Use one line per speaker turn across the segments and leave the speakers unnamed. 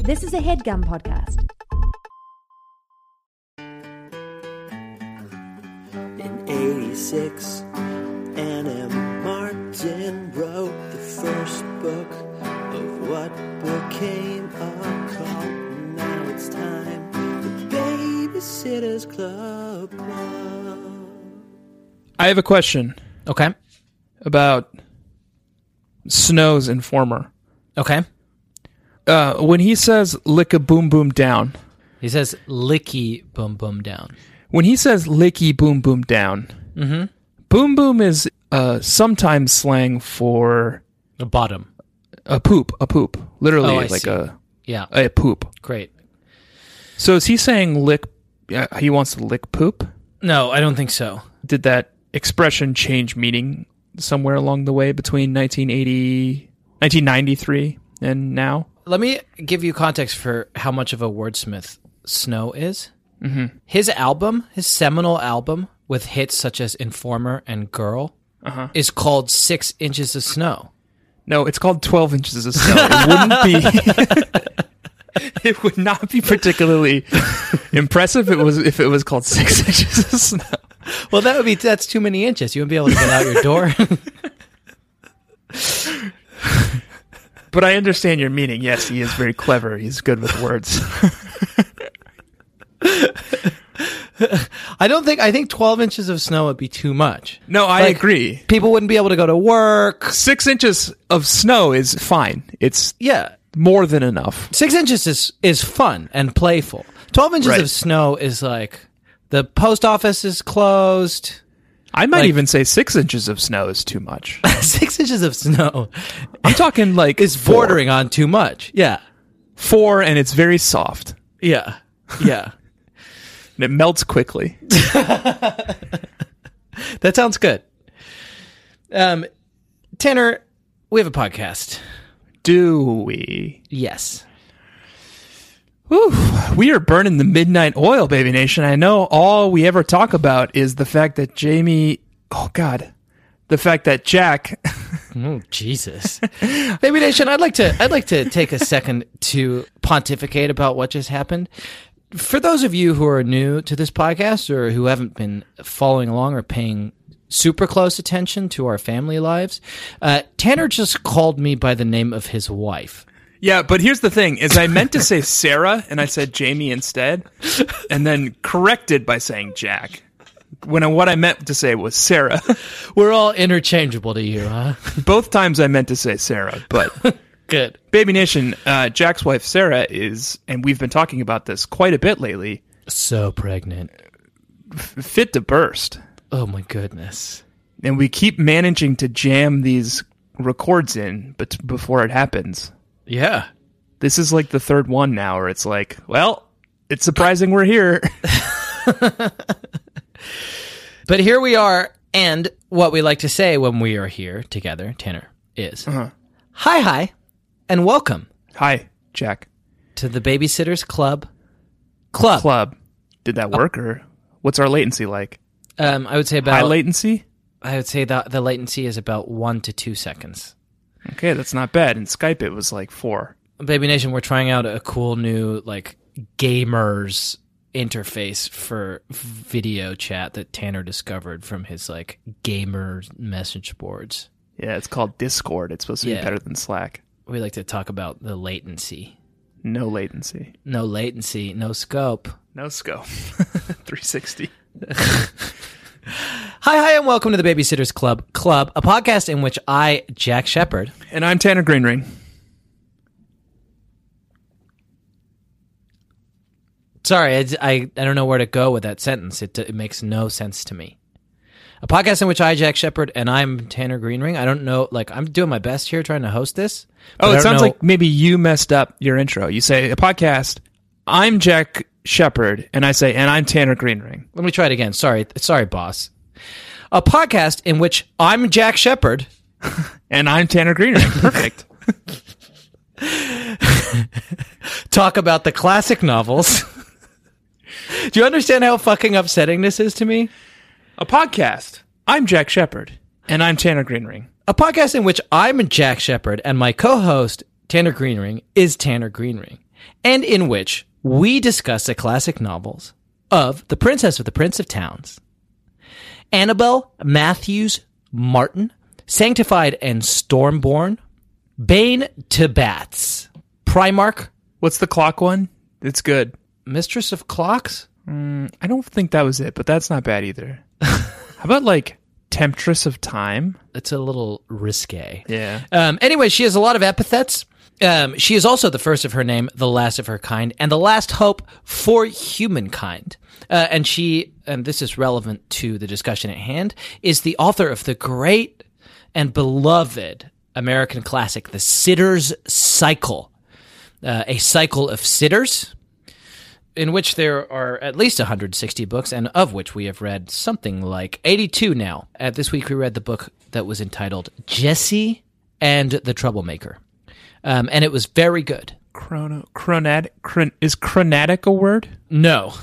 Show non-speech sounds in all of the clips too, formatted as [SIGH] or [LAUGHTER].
This is a headgum podcast.
In 86, Anna Martin wrote the first book of what became a cult. Now it's time, the Babysitter's Club.
I have a question
Okay.
about Snow's informer.
Okay.
Uh, when he says lick a boom boom down,
He says licky boom boom down.
when he says licky boom boom down,
Mm-hmm.
boom boom is uh, sometimes slang for
The bottom.
a poop, a poop, literally
Oh, I
like
see.
a
Yeah.
a poop.
Great.
So is he saying lick? Uh, he wants to lick poop.
No, I don't think so.
Did that expression change meaning somewhere along the way between 1980, 1993 and now?
Let me give you context for how much of a wordsmith Snow is. Mm-hmm. His album, his seminal album with hits such as Informer and Girl, is called Six Inches of Snow.
No, it's called 12 inches of snow.
[LAUGHS]
It wouldn't be. it would not be particularly impressive. It was if it was called six [LAUGHS] inches of snow.
Well, that would be that's too many inches. You wouldn't be able to get out your door.
But I understand your meaning. Yes, he is very clever. He's good with words.
[LAUGHS] I don't think I think 12 inches of snow would be too much.
No, I
Like,
agree.
People wouldn't be able to go to work.
Six inches of snow is fine. It's
Yeah.
more than enough.
six inches is is fun and playful. Twelve inches
Right.
of snow is like the post office is closed. [LAUGHS]
I might
Like-
even say six inches of snow is too much.
six inches of snow
I'm talking like
is
four.
bordering on too much. Yeah,
four, and it's very soft
yeah,
[LAUGHS]
yeah.
and it melts quickly.
that sounds good. Um, Tanner, we have a podcast.
Do we?
Yes,
Whew, we are burning the midnight oil, baby nation. I know all we ever talk about is the fact that Jamie, oh God, the fact that Jack, [LAUGHS]
Oh, [LAUGHS] Jesus. Baby Nation, I'd like to I'd like to take a second to pontificate about what just happened. For those of you who are new to this podcast or who haven't been following along or paying super close attention to our family lives, uh, Tanner just called me by the name of his wife.
yeah, but here's the thing is I meant to say Sarah and I said Jamie instead and then corrected by saying Jack. When I, what I meant to say was Sarah. [LAUGHS]
We're all interchangeable to you, huh?
Both times I meant to say Sarah, but
Good.
Baby Nation, uh, Jack's wife Sarah is, and we've been talking about this quite a bit lately,
So pregnant.
fit to burst.
Oh my goodness.
and we keep managing to jam these records in but before it happens
Yeah.
this is like the third one now where it's like well it's surprising we're here [LAUGHS]
But here we are, and what we like to say when we are here together, Tanner, is hi, hi, and welcome
hi jack
to the Babysitters Club. Club.
club did that work or what's our latency like
Um, I would say
high
about.
latency
I would say that the latency is about one to two seconds.
okay that's not bad in skype it was like four
Baby Nation, we're trying out a cool new like gamers interface for video chat that Tanner discovered from his like gamer message boards.
yeah it's called discord it's supposed to
Yeah.
be better than slack
We like to talk about the latency.
no latency
No latency, no scope.
no scope 360
Hi, hi, and welcome to the Babysitters Club Club, a podcast in which I, Jack Shepard,
and i'm tanner greenring
sorry, I, I, I don't know where to go with that sentence. It, it makes no sense to me. A podcast in which I, Jack Shepard, and I'm Tanner Greenring. I don't know, like, I'm doing my best here trying to host this.
Oh,
but I
it
don't
sounds
know-
like maybe you messed up your intro. You say a podcast. I'm Jack Shepard, and I say, and I'm Tanner Greenring.
Let me try it again. Sorry, sorry, boss. A podcast in which I'm Jack Shepard,
And I'm Tanner Greenring. Perfect.
talk about the classic novels. [LAUGHS] Do you understand how fucking upsetting this is to me?
a podcast. I'm Jack Shepard, and I'm Tanner Greenring.
a podcast in which I'm Jack Shepard and my co-host Tanner Greenring is Tanner Greenring. and in which we discuss the classic novels of The Princess of the Prince of Towns, Annabelle Matthews Martin, Sanctified and Stormborn, Bane to Bats, Primarch,
What's the clock one? It's good.
Mistress of Clocks,
I don't think that was it, but that's not bad either. How about like Temptress of Time?
it's a little risque.
Yeah.
Um, anyway, she has a lot of epithets. Um, she is also the first of her name, the last of her kind, and the last hope for humankind. Uh, and she, and this is relevant to the discussion at hand, is the author of the great and beloved American classic, The Sitter's Cycle, uh, a cycle of sitters, in which there are at least 160 books, and of which we have read something like 82 now. Uh, this week we read the book that was entitled Jesse and the Troublemaker, um, and it was very good.
Chrono chronatic chron, is chronatic a word?
No,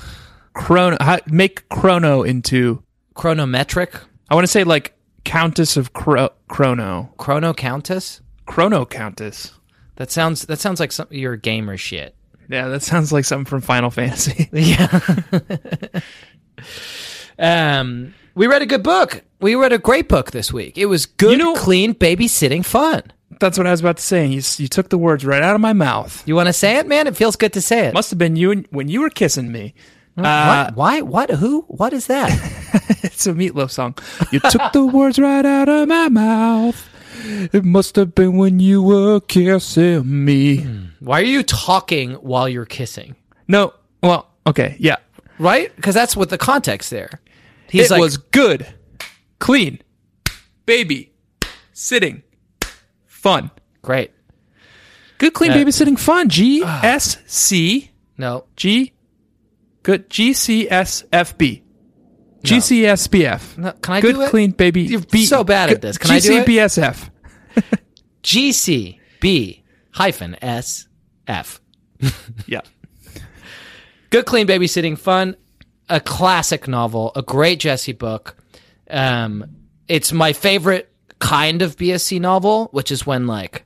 Chrono how, make chrono into
chronometric,
I want to say like Countess of Cro- Chrono.
chrono countess.
Chrono Countess.
That sounds that sounds like some your gamer shit.
Yeah, that sounds like something from Final [LAUGHS] Fantasy.
Yeah. [LAUGHS] um, we read a good book. We read a great book this week. It was good,
know-
clean babysitting fun.
That's what I was about to say. You, s- you took the words right out of my mouth.
You want to say it, man? It feels good to say it.
Must have been you and, when you were kissing me. [LAUGHS]
What? Why? What? Who? What is that?
It's a meatloaf song. You took the words right out of my mouth. It must have been when you were kissing me.
[LAUGHS] Why are you talking while you're kissing?
No, well, okay, yeah.
Right? Because that's what the context there. He's
It
like,
was good, clean, baby, sitting, fun.
great.
Good, clean, babysitting, fun. G S C
No,
G. Good. G C S F B. G C S B F.
No, can I
Good,
do it?
clean, baby.
You're so bad at this. Can I do it?
GCBSF.
G C B hyphen S F.
Yeah.
Good, clean babysitting, fun. A classic novel, a great Jesse book. Um, it's my favorite kind of BSC novel, which is when like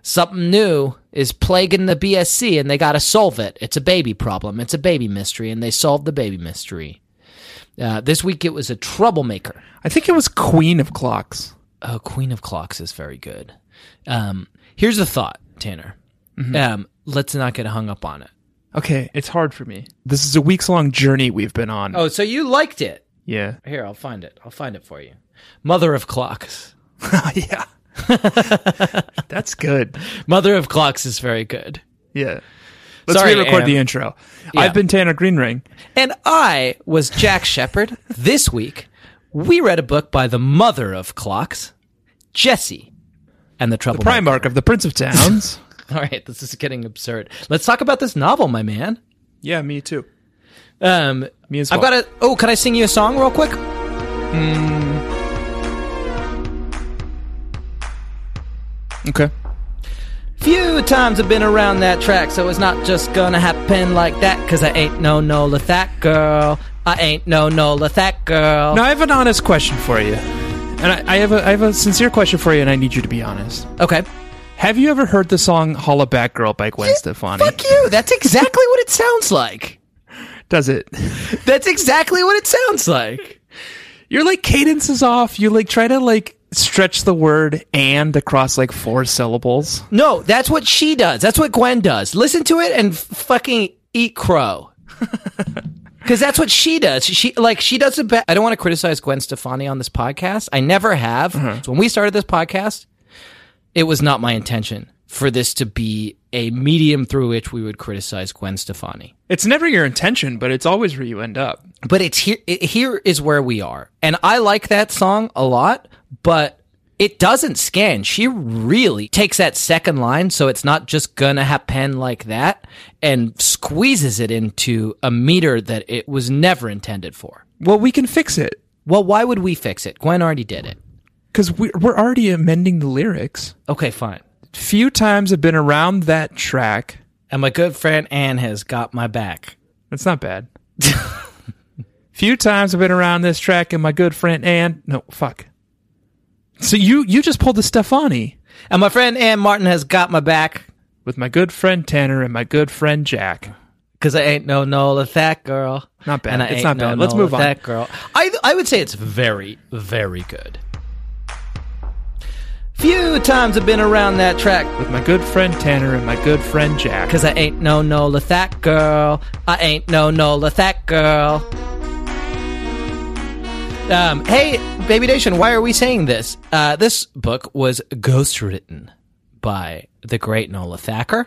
something new is plaguing the BSC and they got to solve it. It's a baby problem. It's a baby mystery, and they solved the baby mystery. Uh, this week it was a troublemaker.
I think it was Queen of Clocks.
Oh, Queen of Clocks is very good. Um, here's a thought, Tanner. Um, let's not get hung up on it.
Okay, it's hard for me. This is a weeks long journey we've been on.
Oh, so you liked it?
[LAUGHS] Yeah.
Here, I'll find it. I'll find it for you. Mother of Clocks.
yeah. That's good.
Mother of Clocks is very good.
Yeah. Let's
Sorry,
re-record
Am.
the intro.
Yeah.
I've been Tanner Greenring.
And I was Jack Shepard. [LAUGHS] This week, we read a book by the mother of clocks, Jesse and the Trouble.
Primarch of the Prince of Towns.
[LAUGHS] All right, this is getting absurd. Let's talk about this novel, my man.
[LAUGHS] yeah, me too.
Um,
Me as
I've
well.
got a. Oh, can I sing you a song real quick?
Okay.
Few times I've been around that track, so it's not just gonna happen like that. Cause I ain't no Nola Thack girl. I ain't no Nola Thack girl.
Now I have an honest question for you. And I, I have a I have a sincere question for you and I need you to be honest.
Okay.
Have you ever heard the song Holla Back Girl by Gwen Stefani?
Fuck you. That's exactly what it sounds like.
Does it?
That's exactly what it sounds like.
Your like cadence is off. You like try to like stretch the word and across like four syllables.
No, that's what she does. That's what Gwen does. Listen to it and f- fucking eat crow. [LAUGHS] Cuz that's what she does. She like she does a be- I don't want to criticize Gwen Stefani on this podcast. I never have. When we started this podcast, it was not my intention for this to be a medium through which we would criticize Gwen Stefani.
It's never your intention, but it's always where you end up.
but it's here it, here is where we are and i like that song a lot but it doesn't scan she really takes that second line so it's not just gonna happen like that and squeezes it into a meter that it was never intended for
Well, we can fix it
well why would we fix it gwen already did it
because we're, we're already amending the lyrics.
okay fine
Few times have been around that track.
and my good friend anne has got my back
That's not bad. Few times I've been around this track, and my good friend Anne. No, fuck. So you you just pulled the Stefani.
and my friend anne martin has got my back
with my good friend Tanner and my good friend Jack.
Because I ain't no Nola that girl.
Not bad.
And I
It's
ain't
not
no
bad. Let's
Nola
move on.
That girl. I I would say it's very very good. Few times I've been around that track
With my good friend Tanner and my good friend Jack.
Cause I ain't no Nola that girl. I ain't no Nola that girl. Um, hey, Baby Nation, why are we saying this? Uh, this book was ghostwritten by the great Nola Thacker.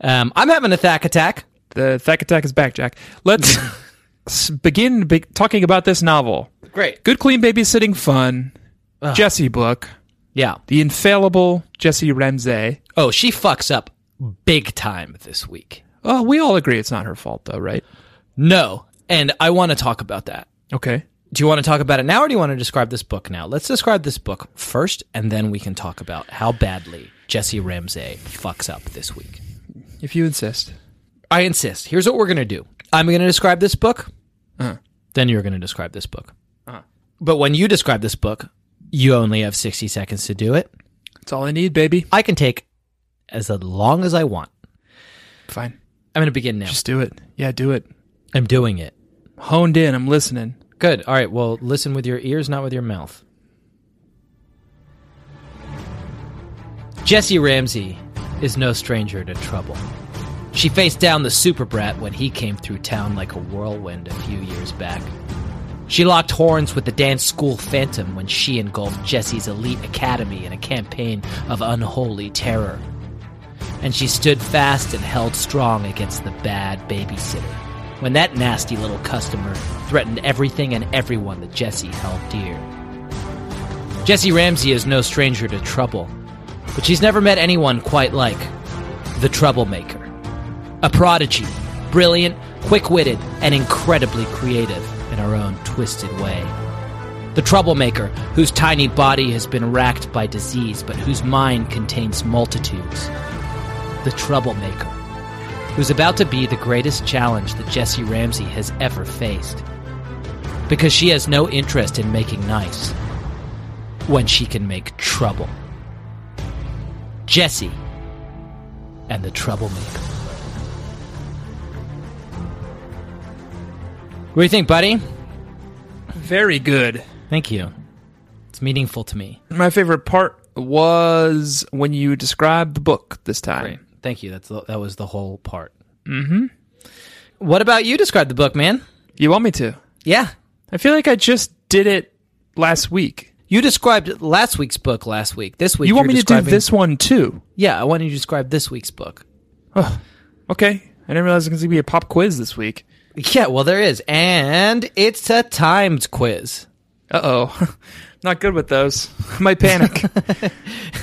Um, I'm having a Thack attack.
The Thack Attack is back, Jack. Let's s- begin be- talking about this novel.
Great.
Good Clean Babysitting Fun, Jesse book,
Yeah.
The Infallible Jesse Ramsey.
Oh, she fucks up big time this week.
Oh, we all agree it's not her fault, though, right?
No. And I want to talk about that.
Okay.
Do you want to talk about it now or do you want to describe this book now? Let's describe this book first and then we can talk about how badly Jesse Ramsey fucks up this week.
If you insist.
I insist. Here's what we're going to do I'm going to describe this book, then you're going to describe this book. But when you describe this book, you only have 60 seconds to do it.
That's all I need, baby.
I can take as long as I want.
Fine.
I'm going to begin now.
Just do it. Yeah, do it.
I'm doing it.
Honed in. I'm listening.
Good. All right. Well, listen with your ears, not with your mouth. Jesse Ramsey is no stranger to trouble. She faced down the super brat when he came through town like a whirlwind a few years back. She locked horns with the dance school phantom when she engulfed Jesse's elite academy in a campaign of unholy terror. And she stood fast and held strong against the bad babysitter when that nasty little customer threatened everything and everyone that Jesse held dear. Jesse Ramsey is no stranger to trouble, but she's never met anyone quite like the troublemaker. A prodigy, brilliant, quick witted, and incredibly creative in her own twisted way. The troublemaker, whose tiny body has been racked by disease but whose mind contains multitudes. The troublemaker, who's about to be the greatest challenge that Jessie Ramsey has ever faced. Because she has no interest in making nice when she can make trouble. Jessie and the troublemaker. What do you think, buddy?
Very good.
Thank you. It's meaningful to me.
My favorite part was when you described the book this time.
Great. Thank you. That's the, that was the whole part. Mm-hmm. What about you? Describe the book, man.
You want me to?
Yeah,
I feel like I just did it last week.
you described last week's book last week. This week
you want
you're
me to do
describing-
this one too?
Yeah, I want you to describe this week's book.
Okay. I didn't realize it was going to be a pop quiz this week.
Yeah, well, there is, and it's a timed quiz. [LAUGHS]
Uh oh. [LAUGHS] Not good with those. [LAUGHS] might
[LAUGHS]
panic.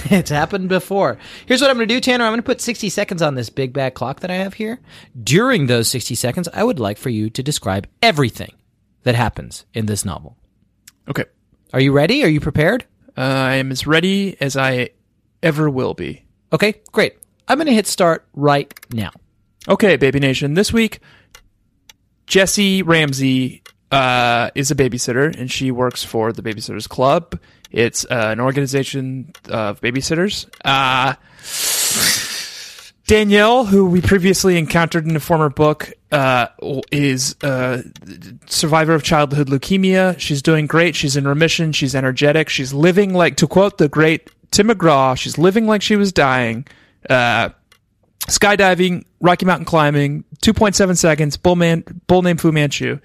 It's happened before. Here's what I'm going to do, Tanner. I'm going to put 60 seconds on this big bad clock that I have here. During those 60 seconds, I would like for you to describe everything that happens in this novel.
okay.
Are you ready? Are you prepared?
Uh, I am as ready as I ever will be.
Okay, great. I'm going to hit start right now.
Okay, Baby Nation. This week, Jesse Ramsey uh, is a babysitter, and she works for the Babysitters Club. It's uh, an organization of babysitters. Uh, Danielle, who we previously encountered in a former book, uh, is a survivor of childhood leukemia. She's doing great. She's in remission. She's energetic. She's living like, to quote the great Tim McGraw, she's living like she was dying. Uh, skydiving, Rocky Mountain climbing, 2.7 seconds, bull man, bull named Fu Manchu.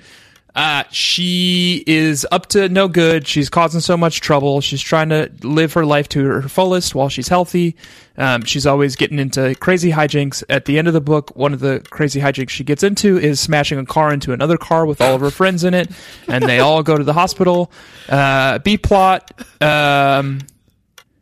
Uh, she is up to no good. She's causing so much trouble. She's trying to live her life to her fullest while she's healthy. Um, she's always getting into crazy hijinks. At the end of the book, one of the crazy hijinks she gets into is smashing a car into another car with all of her friends in it, and they all go to the hospital. Uh, B plot. Um,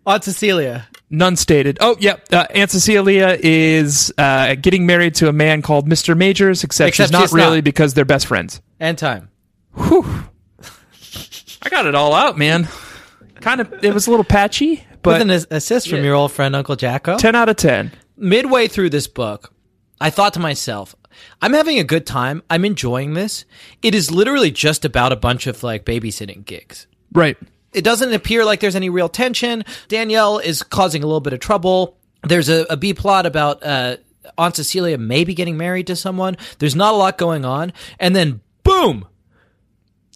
Aunt Cecilia.
None stated. Oh, yep. Uh, Aunt Cecilia is uh, getting married to a man called Mr. Majors, except,
Except
she's not
she's
really
not.
because they're best friends.
And time.
I got it all out, man. kind of, it was a little patchy, but
With an as- assist from your old friend, Uncle Jacko.
10 out of 10.
midway through this book, I thought to myself, I'm having a good time. I'm enjoying this. It is literally just about a bunch of like babysitting gigs.
Right.
It doesn't appear like there's any real tension. Danielle is causing a little bit of trouble. there's a, a B plot about uh, Aunt Cecilia maybe getting married to someone. There's not a lot going on, and then boom,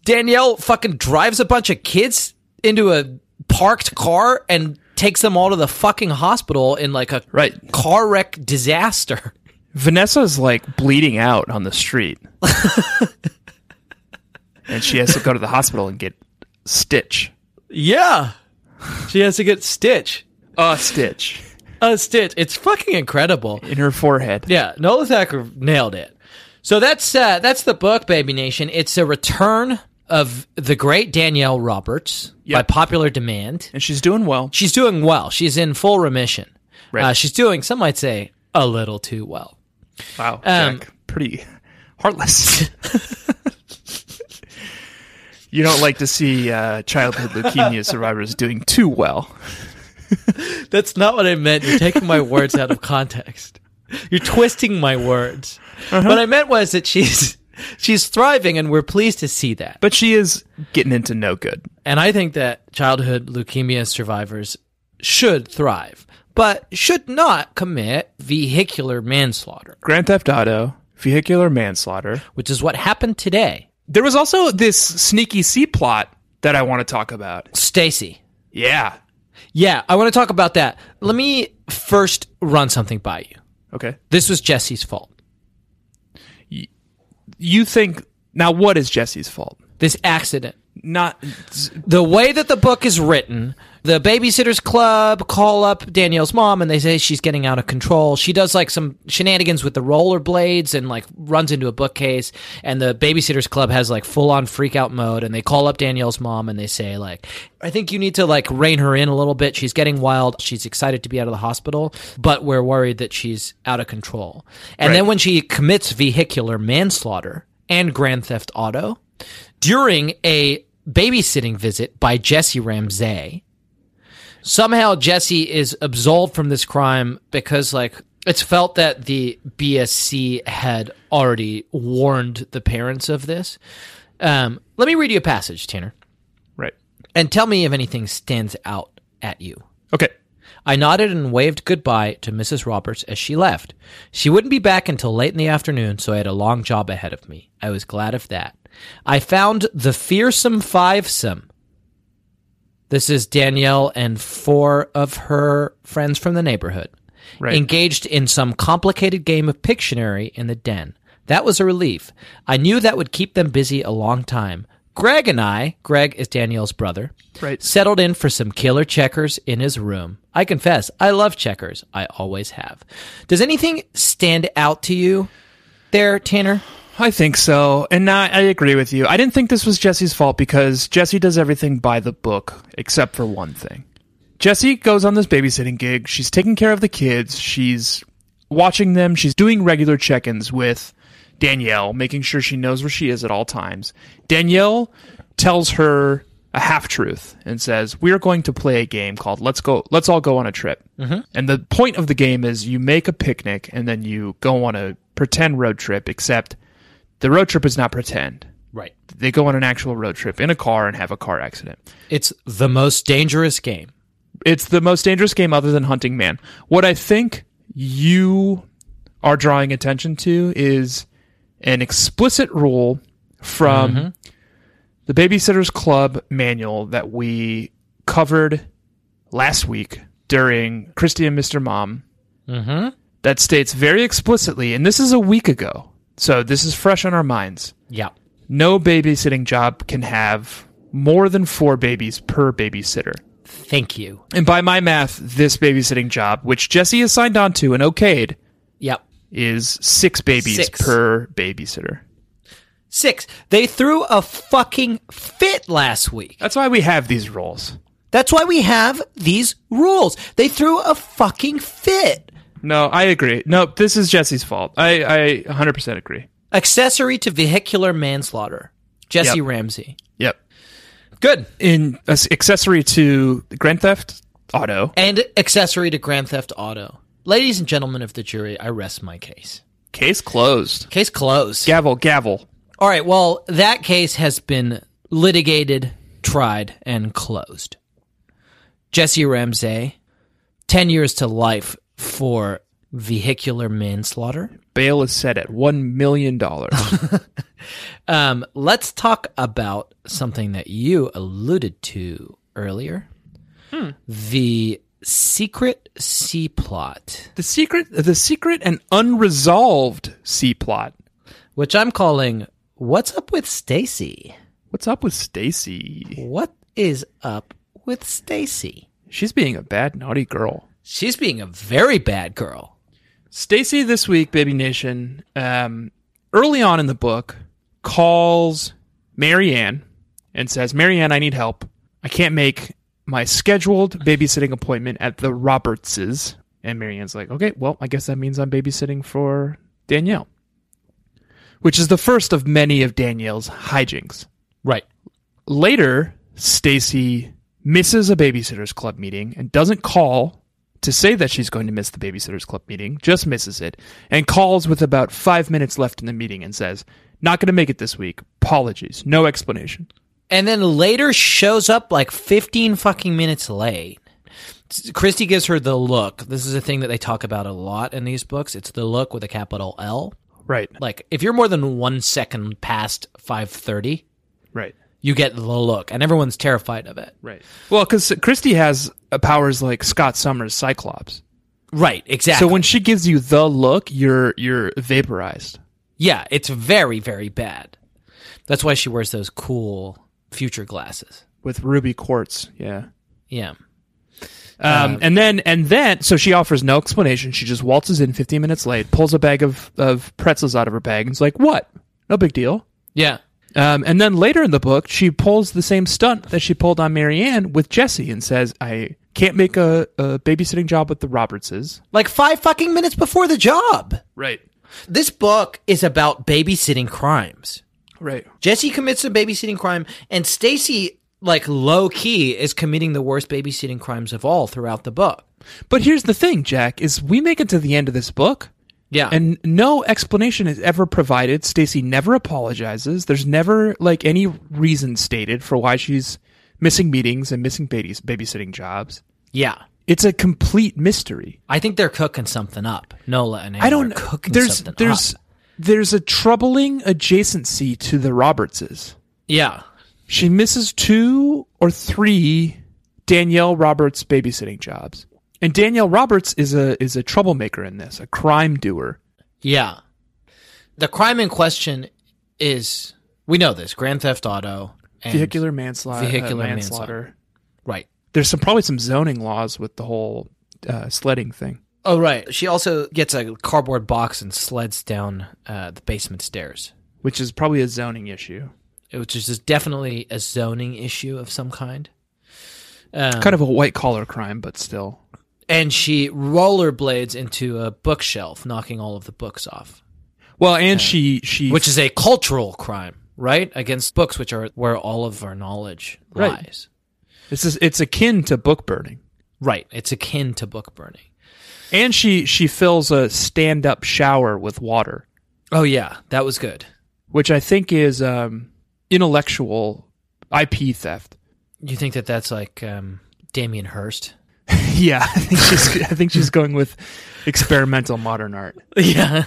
Danielle fucking drives a bunch of kids into a parked car and takes them all to the fucking hospital in like a
Right.
car wreck disaster.
Vanessa's like bleeding out on the [LAUGHS] street. and she has to go to the hospital and get Stitch.
Yeah, she has to get Stitch.
A Stitch
A Stitch. It's fucking incredible.
in her forehead.
Yeah, Nola Thacker nailed it. So that's uh, that's the book, Baby Nation. It's a return of the great Danielle Roberts
Yep.
by popular demand.
And she's doing well.
She's doing well. She's in full remission.
Right.
Uh, she's doing, some might say, a little too well.
Wow.
Um,
Jack, pretty heartless. [LAUGHS] you don't like to see uh, childhood leukemia survivors doing too well.
That's not what I meant. You're taking my words
[LAUGHS]
out of context. You're twisting my words.
Uh-huh.
What I meant was that she's she's thriving, and we're pleased to see that.
But she is getting into no good.
And I think that childhood leukemia survivors should thrive, but should not commit vehicular manslaughter,
Grand Theft Auto, vehicular manslaughter.
which is what happened today.
There was also this sneaky C plot that I want to talk about.
Stacy.
Yeah.
Yeah, I want to talk about that. Let me first run something by you.
Okay.
This was Jesse's fault.
You think now what is Jesse's fault?
This accident.
Not
The way that the book is written, the babysitters club call up Danielle's mom and they say she's getting out of control. She does like some shenanigans with the rollerblades and like runs into a bookcase and the babysitters club has like full on freak out mode and they call up Danielle's mom and they say like I think you need to like rein her in a little bit. She's getting wild. She's excited to be out of the hospital, but we're worried that she's out of control. And then when she commits vehicular manslaughter and grand theft auto, during a babysitting visit by Jesse Ramsey. Somehow Jesse is absolved from this crime because like it's felt that the BSC had already warned the parents of this. Um, let me read you a passage, Tanner,
right.
and tell me if anything stands out at you.
Okay.
I nodded and waved goodbye to Mrs. Roberts as she left. She wouldn't be back until late in the afternoon, so I had a long job ahead of me. I was glad of that. I found the fearsome fivesome. This is Danielle and four of her friends from the neighborhood,
Right.
engaged in some complicated game of Pictionary in the den. That was a relief. I knew that would keep them busy a long time. Greg and I, Greg is Danielle's brother,
Right.
settled in for some killer checkers in his room. I confess, I love checkers. I always have. Does anything stand out to you there, Tanner?
I think so. And I, I agree with you. I didn't think this was Jesse's fault because Jesse does everything by the book except for one thing. Jesse goes on this babysitting gig. She's taking care of the kids. She's watching them. She's doing regular check ins with Danielle, making sure she knows where she is at all times. Danielle tells her a half truth and says, We're going to play a game called Let's Go, Let's All Go on a Trip. Mm-hmm. And the point of the game is you make a picnic and then you go on a pretend road trip, except the road trip is not pretend.
Right.
They go on an actual road trip in a car and have a car accident.
It's the most dangerous game.
It's the most dangerous game other than Hunting Man. What I think you are drawing attention to is an explicit rule from the Babysitters Club manual that we covered last week during Christy and Mr. Mom that states very explicitly, and this is a week ago, so this is fresh on our minds.
Yeah.
no babysitting job can have more than four babies per babysitter.
Thank you.
And by my math, this babysitting job, which Jesse has signed on to and okayed,
Yep.
is six babies
Six.
per babysitter.
Six. They threw a fucking fit last week.
That's why we have these rules.
That's why we have these rules. They threw a fucking fit.
No, I agree. No, this is Jesse's fault. I, I 100% agree.
Accessory to vehicular manslaughter. Jesse
Yep.
Ramsey.
Yep.
Good.
In as accessory to Grand Theft Auto,
and accessory to Grand Theft Auto. Ladies and gentlemen of the jury, I rest my case.
case closed.
Case closed.
Gavel, gavel.
All right, well, that case has been litigated, tried, and closed. Jesse Ramsey, 10 years to life for vehicular manslaughter.
Bail is set at $1 million. oh,
Um, let's talk about something that you alluded to earlier the secret C plot,
the secret, the secret and unresolved C plot.
which I'm calling What's Up with Stacy?
What's up with Stacy?
What is up with Stacy?
She's being a bad, naughty girl.
She's being a very bad girl.
Stacy this week, Baby Nation, um, early on in the book, calls Marianne and says, Marianne, I need help. I can't make my scheduled babysitting appointment at the Robertses. And Marianne's like, okay, well, I guess that means I'm babysitting for Danielle, which is the first of many of Danielle's hijinks.
Right.
Later, Stacy misses a babysitters club meeting and doesn't call to say that she's going to miss the babysitters club meeting, just misses it and calls with about 5 minutes left in the meeting and says, "Not going to make it this week. Apologies. No explanation."
and then later shows up like 15 fucking minutes late. Christy gives her the look. This is a thing that they talk about a lot in these books. It's the look with a capital L.
Right.
Like if you're more than 1 second past 5:30,
Right.
you get the look and everyone's terrified of it.
Right. Well, cuz Christy has uh, powers like Scott Summers Cyclops.
Right, exactly.
So when she gives you the look, you're you're vaporized.
yeah, it's very very bad. That's why she wears those cool future glasses.
With ruby quartz, yeah.
Yeah.
Um, and then, and then, so she offers no explanation. She just waltzes in 15 minutes late, pulls a bag of, of pretzels out of her bag, and is like, "What? No big deal."
Yeah.
Um, and then later in the book, she pulls the same stunt that she pulled on Marianne with Jesse, and says, "I can't make a, a babysitting job with the Robertses."
Like 5 fucking minutes before the job.
Right.
This book is about babysitting crimes.
Right.
Jesse commits a babysitting crime, and Stacy, like low key, is committing the worst babysitting crimes of all throughout the book.
But here's the thing, Jack: is we make it to the end of this book,
Yeah, and
and no explanation is ever provided. Stacy never apologizes. There's never like any reason stated for why she's missing meetings and missing babies, babysitting jobs.
yeah,
It's a complete mystery.
I think they're cooking something up. Nola and Anna
I don't
are cooking
there's
something
there's
up.
there's a troubling adjacency to the Robertses.
Yeah,
She misses two or three Danielle Roberts babysitting jobs. And Danielle Roberts is a is a troublemaker in this, a crime doer.
yeah. The crime in question is we know this Grand Theft Auto and
Vehicular manslaughter.
Vehicular
uh,
manslaughter. right.
there's some probably some zoning laws with the whole uh, sledding thing.
Oh right. She also gets a cardboard box and sleds down uh, the basement stairs.
Which is probably a zoning issue.
Which is just definitely a zoning issue of some kind. Um,
Kind of a white collar crime, but still.
and she rollerblades into a bookshelf, knocking all of the books off,
Well, and she she
which is a cultural crime, right? Against books, which are where all of our knowledge
Right.
lies.
this is it's akin to book burning.
Right. It's akin to book burning.
And she she fills a stand up shower with water,
Oh yeah, that was good.
which I think is um, intellectual IP theft. [LAUGHS]
You think that that's like um, Damien Hirst?
yeah, I think she's I think she's going with experimental modern art.
[LAUGHS] yeah.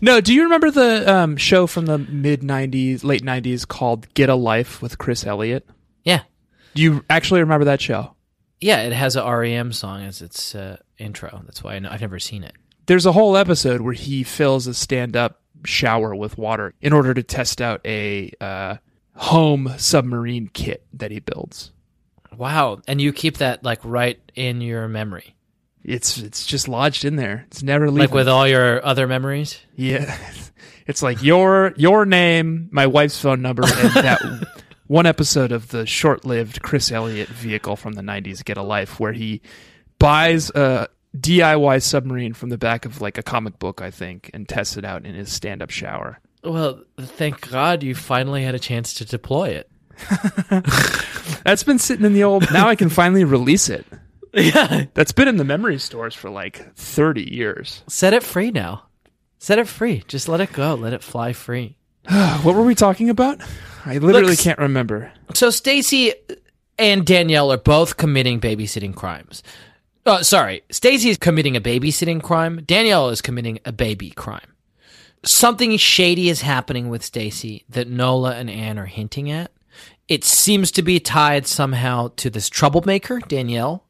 No, do you remember the um, show from the mid '90s, late '90s called Get a Life with Chris Elliott?
[LAUGHS] yeah.
Do you actually remember that show?
Yeah, it has a REM song as its uh, intro. That's why I know, I've never seen it.
There's a whole episode where he fills a stand-up shower with water in order to test out a uh, home submarine kit that he builds.
Wow. And you keep that like right in your memory.
It's it's just lodged in there. It's never leaving.
Like with all your other memories?
yeah, [LAUGHS] it's like your your name, my wife's phone number, and that [LAUGHS] one episode of the short-lived Chris Elliott vehicle from the '90s, Get a Life, where he buys a DIY submarine from the back of like a comic book, I think, and tests it out in his stand-up shower.
Well, thank God you finally had a chance to deploy it.
That's been sitting in the old. Now I can finally release it.
[LAUGHS] Yeah.
That's been in the memory stores for like 30 years.
Set it free now. Set it free. Just let it go. Let it fly free.
Oh, What were we talking about? I literally
Looks-
can't remember.
So Stacy and Danielle are both committing babysitting crimes. Uh, sorry, Stacy is committing a babysitting crime. Danielle is committing a baby crime. Something shady is happening with Stacy that Nola and Anne are hinting at. It seems to be tied somehow to this troublemaker, Danielle.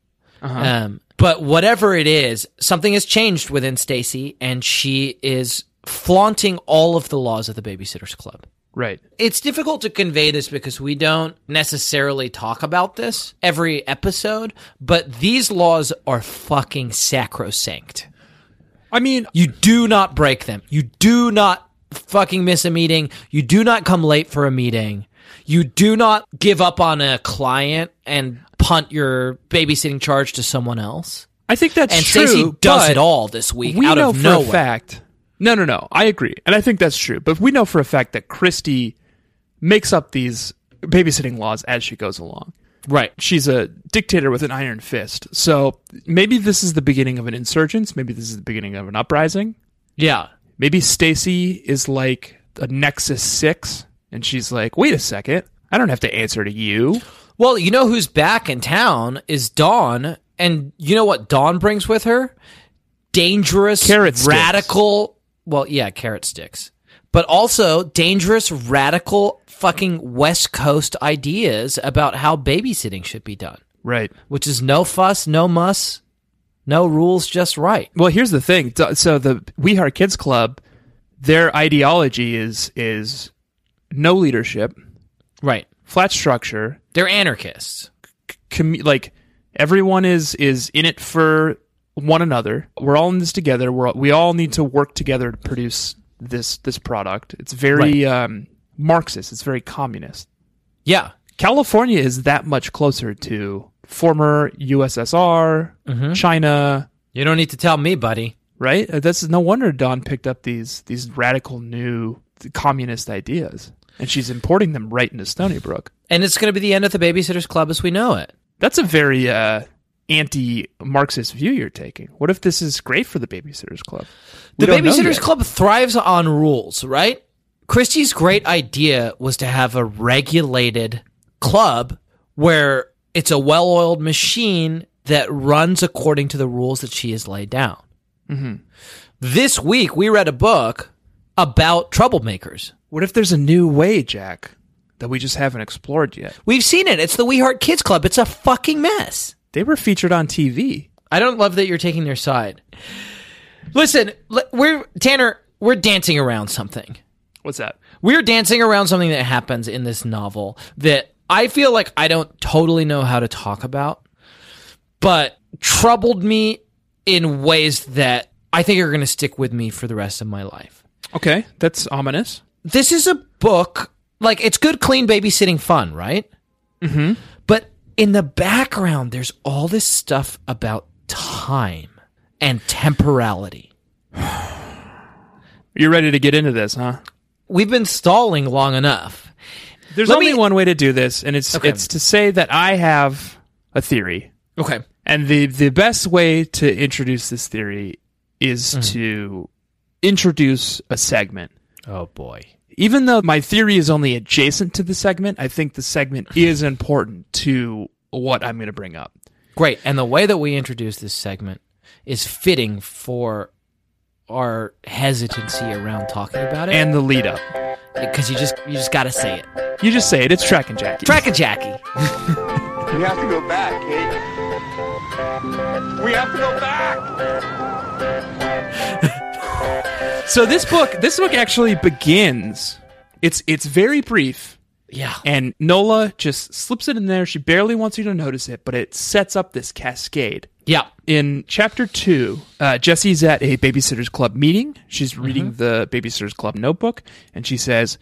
Um, but whatever it is, something has changed within Stacy, and she is flaunting all of the laws of the Babysitters Club
Right.
it's difficult to convey this because we don't necessarily talk about this every episode, but these laws are fucking sacrosanct.
I mean,
You do not break them. You do not fucking miss a meeting. You do not come late for a meeting. You do not give up on a client and punt your babysitting charge to someone else.
I think that's
And
true.
Stacey does
but
it all this week
We
out
know
of
for
nowhere.
a fact. No, no, no. I agree, and I think that's true. But we know for a fact that Christy makes up these babysitting laws as she goes along.
Right.
She's a dictator with an iron fist. So maybe this is the beginning of an insurgence. Maybe this is the beginning of an uprising.
Yeah.
Maybe Stacy is like a Nexus Six, and she's like, "Wait a second, I don't have to answer to you."
Well, you know who's back in town is Dawn, and you know what Dawn brings with her? Dangerous,
Carrot sticks.
radical. Well, yeah, carrot sticks, but also dangerous, radical, fucking West Coast ideas about how babysitting should be done,
Right.
which is no fuss, no muss, no rules, just right.
Well, here's the thing. D- So the We Heart Kids Club, their ideology is is no leadership,
Right.
flat structure,
They're anarchists.
commu- like everyone is is in it for one another. We're all in this together. We're all, we all need to work together to produce this this product. It's very um, Marxist. It's very communist.
Yeah.
California is that much closer to former USSR,
Mm-hmm.
China,
You don't need to tell me, buddy.
right? Uh, That's no wonder Don picked up these these radical new communist ideas, and she's importing them right into Stony Brook.
And it's going to be the end of the Babysitters Club as we know it.
That's a very uh, anti-Marxist view you're taking. What if this is great for the Babysitters Club? We
The
don't know
Babysitters
yet.
Club thrives on rules, right? Christie's great idea was to have a regulated club where it's a well oiled machine that runs according to the rules that she has laid down.
Mm-hmm.
This week, we read a book about troublemakers.
What if there's a new way, Jack, that we just haven't explored yet?
We've seen it. It's the We Heart Kids Club. It's a fucking mess.
They were featured on TV.
I don't love that you're taking their side. Listen, l- we're Tanner, we're dancing around something.
What's that?
we're dancing around something that happens in this novel that I feel like I don't totally know how to talk about, but troubled me in ways that I think are going to stick with me for the rest of my life.
Okay, that's ominous.
This is a book, like, it's good, clean babysitting fun, right? Mm hmm. But in the background, there's all this stuff about time and temporality.
You're ready to get into this, huh?
We've been stalling long enough.
There's
Let
only
me-
one way to do this, and it's
Okay.
it's to say that I have a theory.
Okay.
And the the best way to introduce this theory is
Mm-hmm.
to introduce a segment.
Oh, boy.
Even though my theory is only adjacent to the segment, I think the
[LAUGHS]
segment is important to what I'm going to bring up.
Great. And the way that we introduce this segment is fitting for our hesitancy around talking about it.
And the lead up.
because you just you just gotta say it.
You just say it. It's Track and Jackie.
Track a Jackie.
We have to go back, Kate. We have to go back.
So this book, this book actually begins. It's it's very brief.
Yeah.
And Nola just slips it in there. She barely wants you to notice it, but it sets up this cascade.
yeah.
In chapter two, uh, Jesse's at a babysitters club meeting. She's reading the babysitters club notebook, and she says,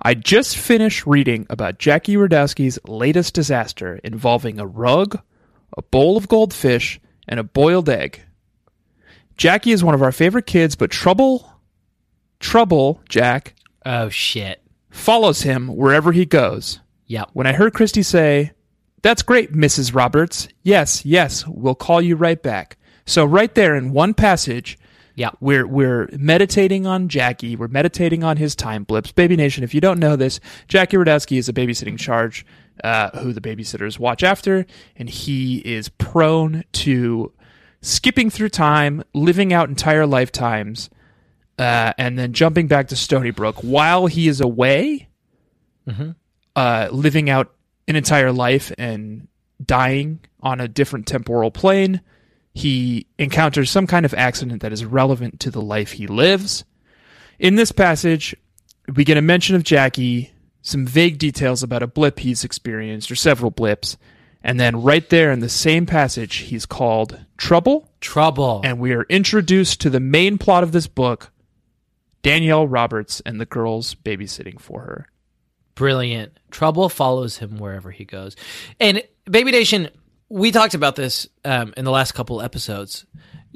"I just finished reading about Jackie Radowski's latest disaster involving a rug, a bowl of goldfish, and a boiled egg. Jackie is one of our favorite kids, but trouble, trouble, Jack
Oh shit.
follows him wherever he goes."
Yep.
When I heard Christy say, That's great, Mrs. Roberts. Yes, yes, we'll call you right back. So right there in one passage,
Yep.
we're we're meditating on Jackie. We're meditating on his time blips. Baby Nation, if you don't know this, Jackie Radowski is a babysitting charge uh, who the babysitters watch after, and he is prone to skipping through time, living out entire lifetimes, uh, and then jumping back to Stony Brook while he is away, uh, living out an entire life and dying on a different temporal plane. He encounters some kind of accident that is relevant to the life he lives. In this passage, we get a mention of Jackie, some vague details about a blip he's experienced, or several blips. And then right there in the same passage, he's called Trouble,
Trouble.
and we are introduced to the main plot of this book Danielle Roberts and the girls babysitting for her.
Brilliant. Trouble follows him wherever he goes. And Baby Nation, we talked about this um, in the last couple episodes.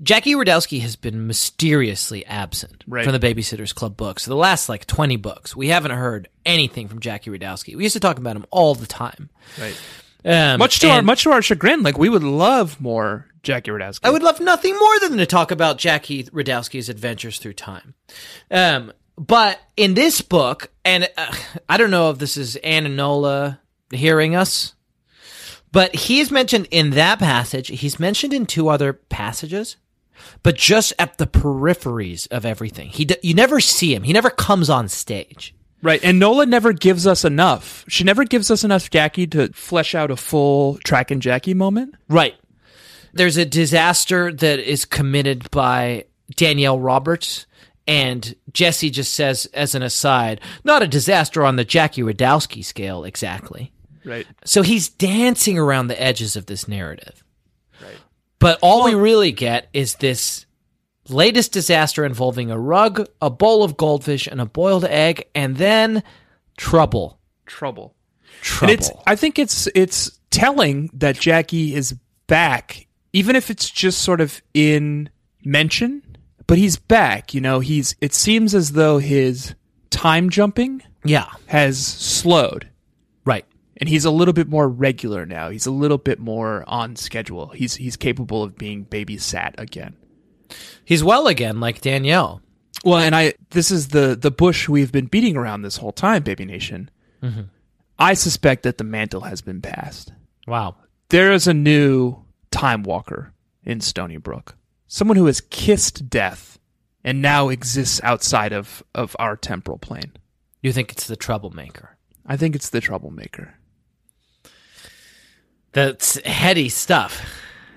Jackie Radowski has been mysteriously absent
Right.
from the Babysitters Club books. The last like 20 books, we haven't heard anything from Jackie Radowski. We used to talk about him all the time.
Right.
Um,
Much to our
and
much to our chagrin, like we would love more Jackie Radowski.
I would love nothing more than to talk about Jackie Radowski's adventures through time. Um, but in this book, and uh, I don't know if this is Anna Nola hearing us, but he is mentioned in that passage. He's mentioned in two other passages, but just at the peripheries of everything. He d- you never see him. He never comes on stage.
Right. And Nola never gives us enough. She never gives us enough Jackie to flesh out a full track and Jackie moment.
Right. There's a disaster that is committed by Danielle Roberts, and Jesse just says, as an aside, not a disaster on the Jackie Radowski scale exactly.
Right.
So he's dancing around the edges of this narrative. Right. But all we really get is this latest disaster involving a rug, a bowl of goldfish, and a boiled egg, and then trouble.
Trouble.
Trouble.
And it's I think it's it's telling that Jackie is back, even if it's just sort of in mention, but he's back, you know, he's it seems as though his time jumping
yeah.
has slowed.
Right.
and he's a little bit more regular now. He's a little bit more on schedule. He's he's capable of being babysat again.
He's well again, like Danielle.
Well, and I this is the the bush we've been beating around this whole time, baby nation. I suspect that the mantle has been passed.
Wow.
There is a new time walker in Stony Brook. Someone who has kissed death and now exists outside of of our temporal plane.
You think it's the troublemaker.
I think it's the troublemaker.
That's heady stuff.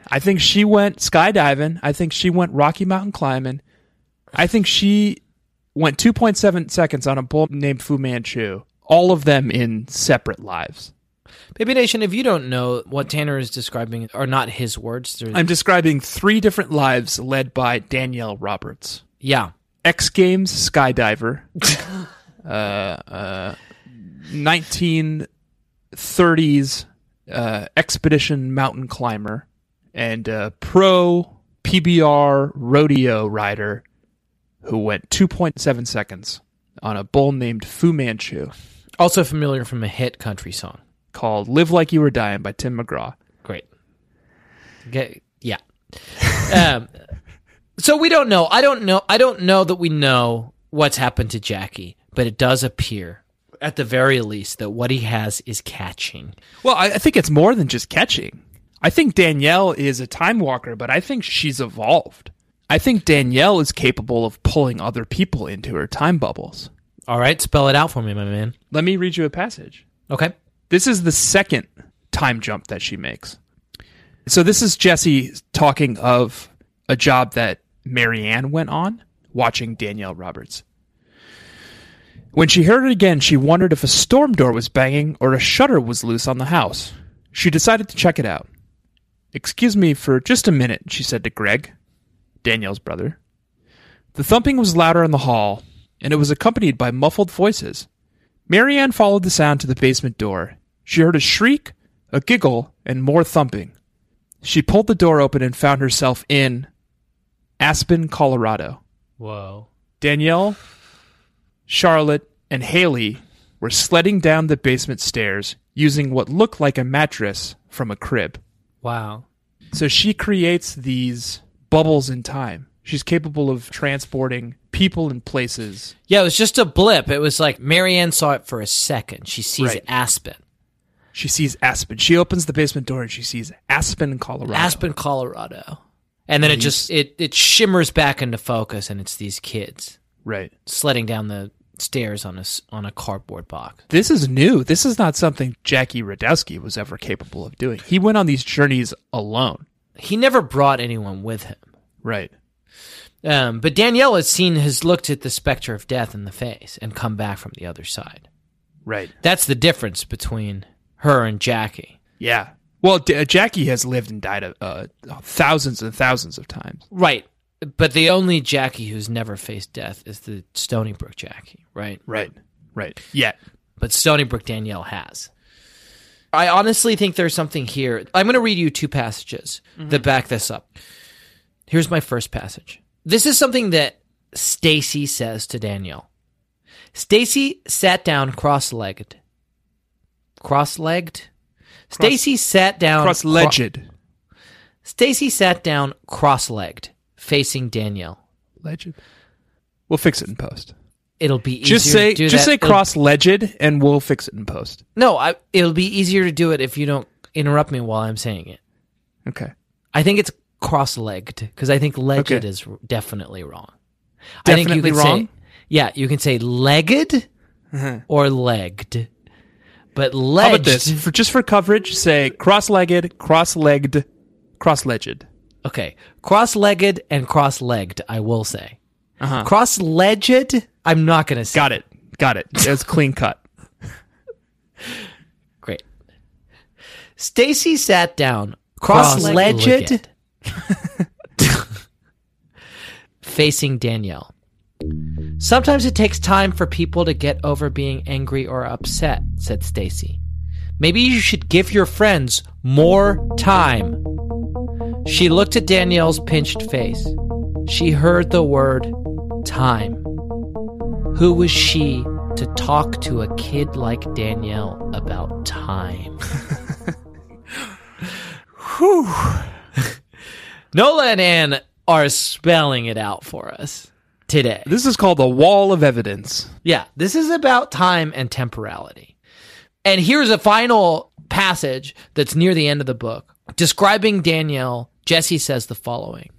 I think she went skydiving. I think she went Rocky Mountain climbing. I think she went 2.7 seconds on a bull named Fu Manchu. All of them in separate lives.
Baby Nation, if you don't know what Tanner is describing are not his words, they're-
I'm describing three different lives led by Danielle Roberts.
yeah.
X Games skydiver. uh, uh, 1930s uh, expedition mountain climber and uh, pro PBR rodeo rider who went 2.7 seconds on a bull named Fu Manchu
Also familiar from a hit country song.
called Live Like You Were Dying by Tim McGraw.
Great. Get, yeah. um, so we don't know. I don't know. I don't know that we know what's happened to Jackie, but it does appear, at the very least, that what he has is catching.
Well, I, I think it's more than just catching. I think Danielle is a time walker, but I think she's evolved. I think Danielle is capable of pulling other people into her time bubbles.
All right, spell it out for me, my man.
Let me read you a passage.
Okay.
This is the second time jump that she makes. So this is Jesse talking of a job that Marianne went on watching Danielle Roberts. When she heard it again, she wondered if a storm door was banging or a shutter was loose on the house. She decided to check it out. Excuse me for just a minute, she said to Greg, Danielle's brother. The thumping was louder in the hall, and it was accompanied by muffled voices. Marianne followed the sound to the basement door. She heard a shriek, a giggle, and more thumping. She pulled the door open and found herself in Aspen, Colorado.
Whoa.
Danielle, Charlotte, and Haley were sledding down the basement stairs using what looked like a mattress from a crib.
Wow.
So she creates these bubbles in time. She's capable of transporting people and places.
Yeah, it was just a blip. It was like Marianne saw it for a second. She sees
Right.
Aspen,
She sees Aspen. She opens the basement door and she sees Aspen, Colorado.
Aspen, Colorado. and then it just it it shimmers back into focus, and it's these kids
Right.
sledding down the stairs on a s- on a cardboard box.
This is new. This is not something Jackie Radowski was ever capable of doing. He went on these journeys alone.
He never brought anyone with him.
Right.
Um, but Danielle is seen has looked at the specter of death in the face and come back from the other side.
Right.
That's the difference between her and Jackie.
Yeah. Well, D- uh, Jackie has lived and died uh, uh, thousands and thousands of times.
Right. But the only Jackie who's never faced death is the Stony Brook Jackie, right?
Right. Right. Yeah.
But Stony Brook Danielle has. I honestly think there's something here. I'm going to read you two passages
Mm-hmm.
that back this up. Here's my first passage. This is something that Stacy says to Danielle. Stacy sat down cross-legged. Cross-legged? Stacy sat down
Cross leged.
Stacy sat down cross-legged, facing Danielle.
leged. We'll fix it in post.
It'll be easier
Just say
to do
just
that.
say
It'll-
cross leged and we'll fix it in post.
No, I, it'll be easier to do it if you don't interrupt me while I'm saying it.
Okay.
I think it's cross-legged because I think legged
Okay.
is definitely wrong. I think
Definitely
you can
wrong? Uh-huh.
Say, yeah, you can say legged or legged, but legged.
How about this? For just for coverage, say cross legged, cross legged, cross legged.
Okay, cross-legged and cross-legged. I will say
Uh-huh.
cross-legged. I'm not going to say.
Got it. Got it. It was clean cut.
Great. Stacy sat down,
Cross-legged.
cross-legged, [LAUGHS] facing Danielle. Sometimes it takes time for people to get over being angry or upset, said Stacy. Maybe you should give your friends more time. She looked at Danielle's pinched face. She heard the word time. Who was she to talk to a kid like Danielle about time? [LAUGHS] Whew. Nola and Ann are spelling it out for us today.
This is called the wall of evidence.
Yeah, this is about time and temporality. And here's a final passage that's near the end of the book. Describing Danielle, Jesse says the following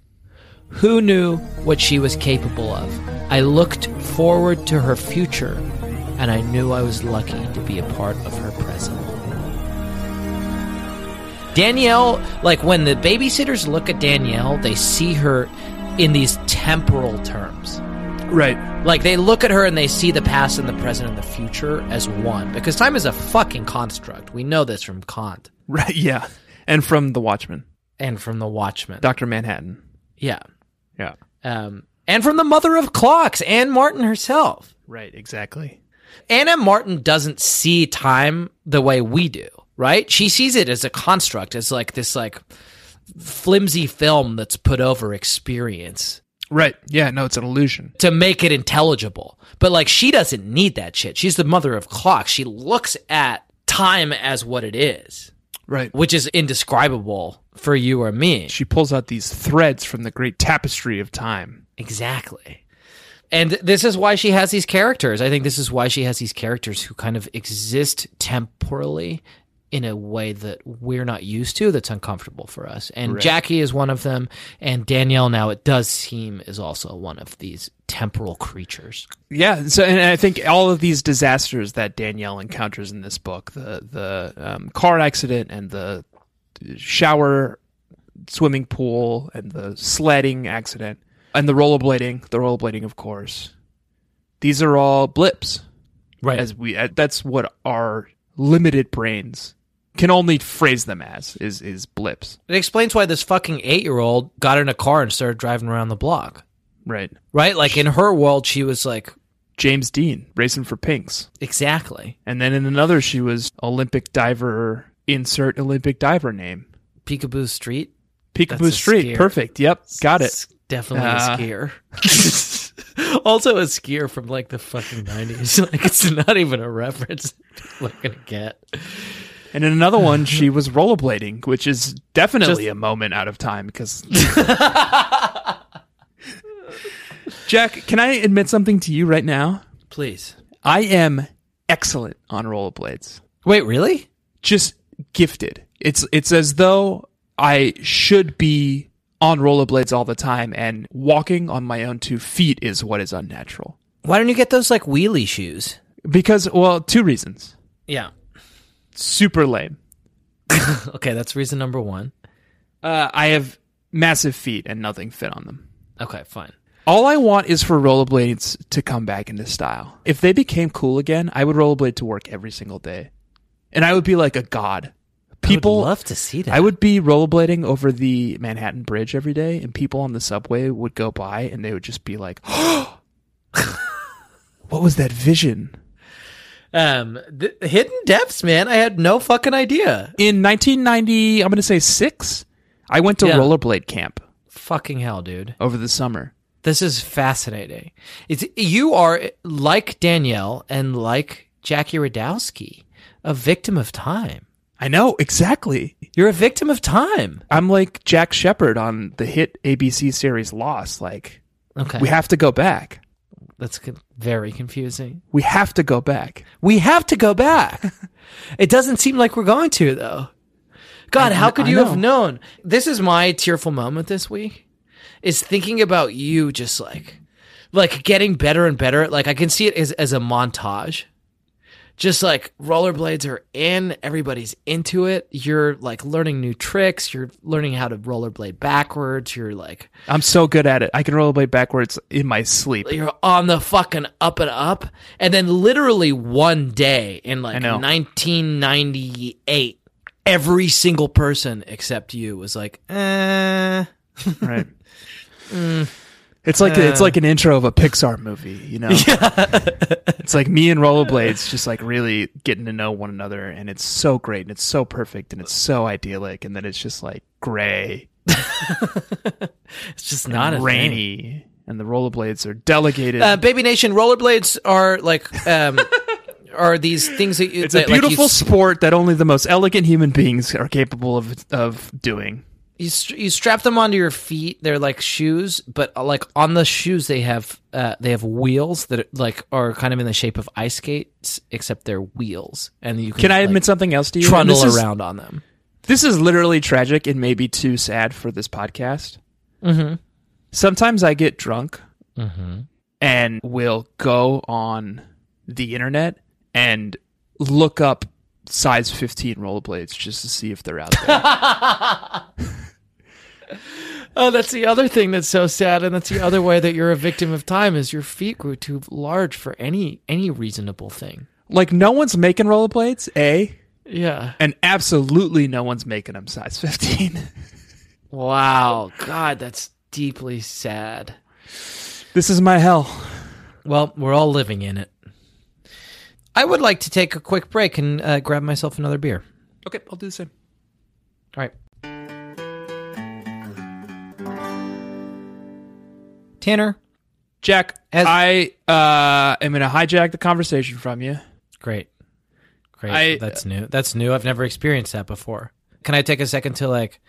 Who knew what she was capable of? I looked forward to her future, and I knew I was lucky to be a part of her present. Danielle, like when the babysitters look at Danielle, they see her in these temporal terms.
Right. [LAUGHS]
Like they look at her and they see the past and the present and the future as one because time is a fucking construct. We know this from Kant
Right. Yeah. And from The Watchmen,
and from the Watchmen.
Dr. Manhattan.
yeah.
Yeah.
Um, and from the mother of clocks, Anne Martin herself.
Right. Exactly.
Anna Martin doesn't see time the way we do, right? She sees it as a construct, as like this like flimsy film that's put over experience.
Right. Yeah. No, it's an illusion.
to make it intelligible. But like she doesn't need that shit. She's the mother of clocks. She looks at time as what it is,
Right.
which is indescribable for you or me.
She pulls out these threads from the great tapestry of time.
Exactly. And this is why she has these characters. I think this is why she has these characters who kind of exist temporally in a way that we're not used to that's uncomfortable for us. And Jackie is one of them and Danielle now it does seem is also one of these temporal creatures.
Yeah. So, and I think all of these disasters that Danielle encounters in this book the, the um, car accident and the shower swimming pool and the sledding accident and the rollerblading, the rollerblading, of course. These are all blips.
Right.
as we uh, that's what our limited brains can only phrase them as is is blips
It explains why this fucking eight year old got in a car and started driving around the block.
right
Right? Like in her world, she was like,
james dean racing for pinks
exactly.
and then in another she was olympic diver insert olympic diver name
Peekaboo Street.
peekaboo
That's a
street
skier.
perfect yep got it
It's definitely
Uh.
a skier. [LAUGHS] also a skier from like the fucking 90s. [LAUGHS] like it's not even a reference [LAUGHS] we're going to get.
and in another
[LAUGHS]
one she was rollerblading which is definitely a moment out of time
[LAUGHS]
because jack can i admit something to you right now
Please.
i am excellent on rollerblades
Wait, really?
just gifted. It's it's as though I should be on rollerblades all the time, and walking on my own two feet is what is unnatural.
Why don't you get those like wheelie shoes?
Because, well, two reasons.
Yeah. [LAUGHS]
Super lame.
Okay, that's reason number one.
Uh, I have massive feet and nothing fit on them.
Okay, fine.
All I want is for rollerblades to come back into style. If they became cool again, I would rollerblade to work every single day. And I would be like a god. People
I would love to see that.
I would be rollerblading over the Manhattan Bridge every day and people on the subway would go by and they would just be like, [GASPS] "What was that vision?"
Um, th- hidden depths, man. I had no fucking idea.
In 1990, I'm going to say 6, I went to
Yeah.
rollerblade camp
Fucking hell, dude.
over the summer.
This is fascinating. It's you are like Danielle and like Jackie Radowski, a victim of time.
I know exactly.
You're a victim of time.
I'm like Jack Shepard on the hit ABC series Lost. Like,
Okay,
we have to go back.
that's con- very confusing.
We have to go back.
We have to go back. it doesn't seem like we're going to though. God, how could
I
you have
know.
known? This is my tearful moment this week. Is thinking about you just like like getting better and better. Like I can see it as, as a montage. Just like rollerblades are in, everybody's into it. You're like learning new tricks, you're learning how to rollerblade backwards, you're like
I'm so good at it. I can rollerblade backwards in my sleep.
you're on the fucking up and up. And then literally one day in
I
like
know.
1998, every single person except you was like, eh.
Right. Mm. It's
Uh.
like the, it's like an intro of a Pixar movie, you
[LAUGHS]
know. it's like me and rollerblades just like really getting to know one another, and it's so great, and it's so perfect, and it's so idyllic, and then it's just like gray,
It's just not a thing.
rainy, and the rollerblades are delegated.
Uh, Baby Nation, rollerblades are
[LAUGHS]
like, um, are these things that you.
it's
that,
a
like, you
beautiful
s-
sport that only the most elegant human beings are capable of of doing.
you, str- you strap them onto your feet they're like shoes but uh, like on the shoes they have uh, they have wheels that like are kind of in the shape of ice skates except they're wheels and you can,
Can I
like,
admit something else to you?
trundle
This is-
around on them
This is literally tragic and maybe too sad for this podcast. Mm-hmm. Mm-hmm. Sometimes I get drunk and will go on the internet and look up size 15 rollerblades just to see if they're out [LAUGHS] there.
oh that's the other thing that's so sad and that's the other way that you're a victim of time is your feet grew too large for any any reasonable thing
like, no one's making rollerblades, A,
yeah
and absolutely no one's making them size 15.
wow god that's deeply sad
[LAUGHS] this is my hell.
Well, we're all living in it. I would like to take a quick break and uh, grab myself another beer.
Okay, I'll do the same.
All right. Tanner,
Jack,
As-
I uh, am going to hijack the conversation from you.
great, great.
I-
That's new. That's new. I've never experienced that before. Can I take a second to like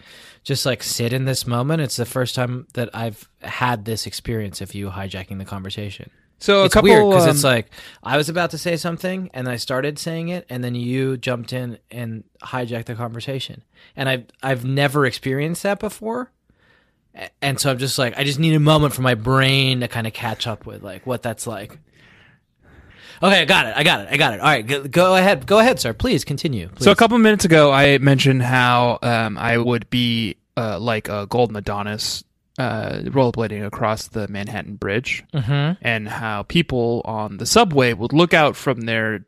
just like sit in this moment? It's the first time that I've had this experience of you hijacking the conversation.
So a
it's
couple
weird because
um,
it's like I was about to say something and I started saying it, and then you jumped in and hijacked the conversation. And I've I've never experienced that before, A- and so I'm just like I just need a moment for my brain to kind of catch up with like what that's like. Okay, I got it. I got it. I got it. All right, go, go ahead. Go ahead, sir. Please continue. Please.
So a couple minutes ago, I mentioned how um, I would be uh, like a golden Adonis uh, rollerblading across the Manhattan Bridge,
Mhm.
and how people on the subway would look out from their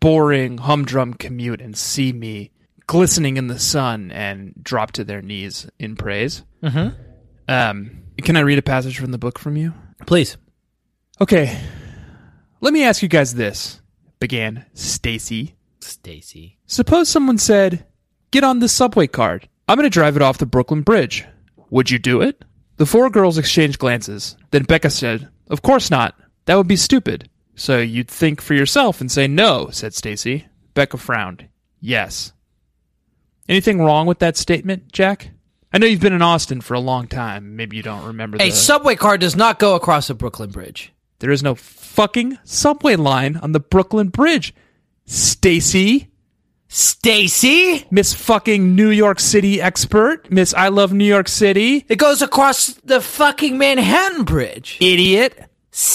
boring humdrum commute and see me glistening in the sun and drop to their knees in praise.
Mhm.
Um, can I read a passage from the book from you?
Please.
Okay, let me ask you guys this. Began Stacy.
Stacy.
Suppose someone said, Get on this subway card. I'm going to drive it off the Brooklyn Bridge. Would you do it? The four girls exchanged glances. Then Becca said, Of course not. That would be stupid. So you'd think for yourself and say no, said Stacy. Becca frowned. Yes. Anything wrong with that statement, Jack? I know you've been in Austin for a long time. Maybe you don't remember the-
A subway car does not go across the Brooklyn Bridge.
there is no fucking subway line on the Brooklyn Bridge. Stacy,
Stacy.
Miss fucking New York City expert, Miss I love New York City,
It goes across the fucking Manhattan Bridge.
idiot.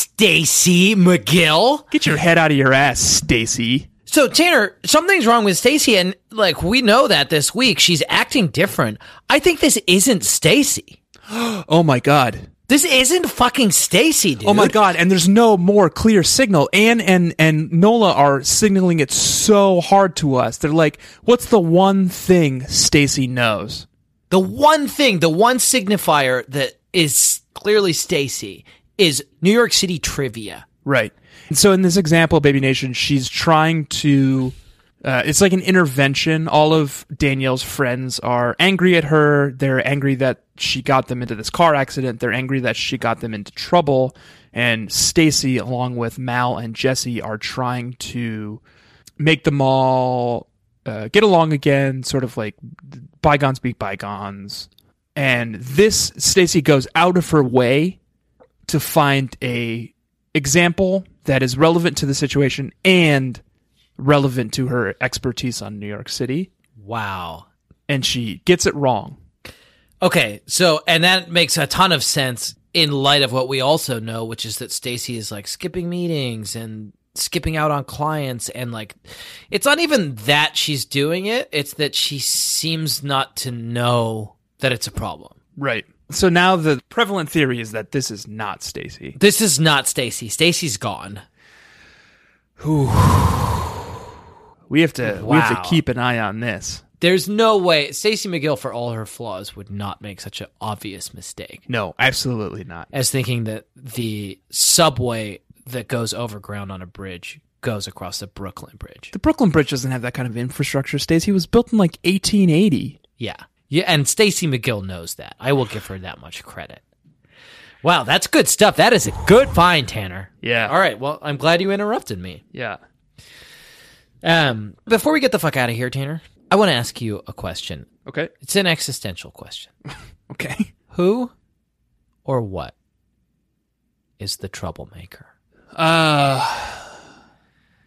Stacy McGill.
Get your head out of your ass, Stacy.
So Tanner, something's wrong with Stacy, and like we know that this week she's acting different. I think this isn't Stacy.
Oh my god.
This isn't fucking Stacy, dude.
Oh my god, and there's no more clear signal. Anne and and Nola are signaling it so hard to us. They're like, "What's the one thing Stacy knows?"
The one thing, the one signifier that is clearly Stacy is New York City trivia.
Right. And so in this example, Baby Nation, she's trying to. Uh, it's like an intervention. All of Danielle's friends are angry at her. They're angry that she got them into this car accident. They're angry that she got them into trouble. And Stacy, along with Mal and Jesse, are trying to make them all uh, get along again. Sort of like bygones be bygones. And this Stacy goes out of her way to find a example that is relevant to the situation and relevant to her expertise on New York City
Wow.
and she gets it wrong.
Okay, so and that makes a ton of sense in light of what we also know, which is that Stacy is like skipping meetings and skipping out on clients and like it's not even that she's doing it, it's that she seems not to know that it's a problem.
Right. So now the prevalent theory is that this is not Stacy.
This is not Stacy. Stacy's gone.
We have to we have
Wow.
to keep an eye on this.
There's no way Stacy McGill for all her flaws would not make such an obvious mistake
No, absolutely not.
as thinking that the subway that goes over ground on a bridge goes across the Brooklyn Bridge.
The Brooklyn Bridge doesn't have that kind of infrastructure. Stacy was built in like 1880.
Yeah. Yeah, and Stacy McGill knows that. I will give her that much credit. Wow, that's good stuff. That is a good find, Tanner.
Yeah.
All right. Well, I'm glad you interrupted me.
Yeah.
Um, before we get the fuck out of here, Tanner, I want to ask you a question.
Okay.
It's an existential question.
Okay.
Who or what is the troublemaker?
Uh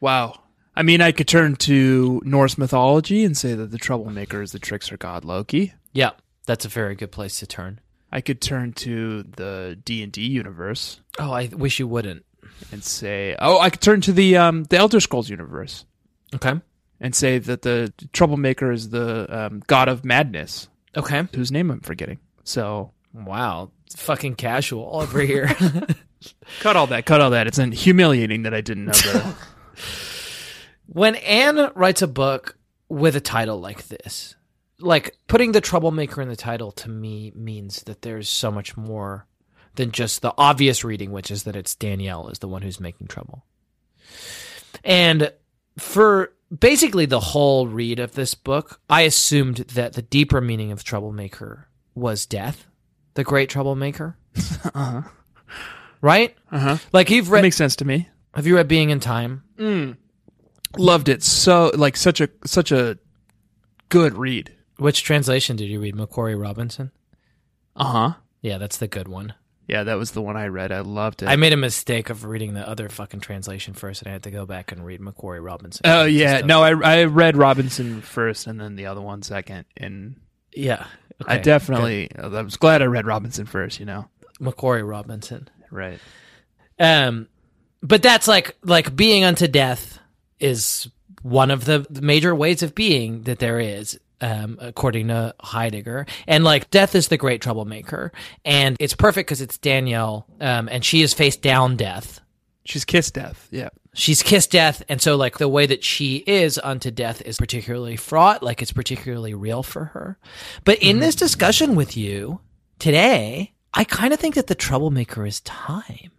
Wow. I mean, I could turn to Norse mythology and say that the troublemaker is the trickster god Loki.
Yeah, that's a very good place to turn.
I could turn to the D and D universe
Oh, I wish you wouldn't.
and say, oh, I could turn to the um, the Elder Scrolls universe
Okay.
and say that the troublemaker is the um, god of madness,
Okay.
whose name I'm forgetting. So
Wow. It's fucking casual all over [LAUGHS] here.
cut all that, cut all that. It's an- humiliating that I didn't know [LAUGHS] that.
When Anne writes a book with a title like this, like putting the troublemaker in the title to me means that there's so much more than just the obvious reading, which is that it's Danielle is the one who's making trouble. And for basically the whole read of this book, I assumed that the deeper meaning of troublemaker was death, the
[LAUGHS]
great troublemaker. Right?
Uh-huh.
Like you've
That
read
makes sense to me.
have you read Being in Time?
Loved it so, like such a such a good read.
Which translation did you read? Macquarie Robinson?
Uh huh.
Yeah, that's the good one.
Yeah, that was the one I read. I loved it.
I made a mistake of reading the other fucking translation first, and I had to go back and read Macquarie Robinson.
oh
It just
yeah,
doesn't-
no, I I read Robinson first and then the other one second, and
yeah,
I
okay,
definitely. I was glad I read Robinson first. You know,
good. Macquarie Robinson.
right?
Um, but that's like like being unto death is one of the major ways of being that there is. Um, according to Heidegger, and like death is the great troublemaker, and it's perfect because it's Danielle, um, and she is face down death,
She's kissed death. Yeah.
she's kissed death and so like the way that she is unto death is particularly fraught like it's particularly real for her but
Mm-hmm.
in this discussion with you today i kind of think that the troublemaker is time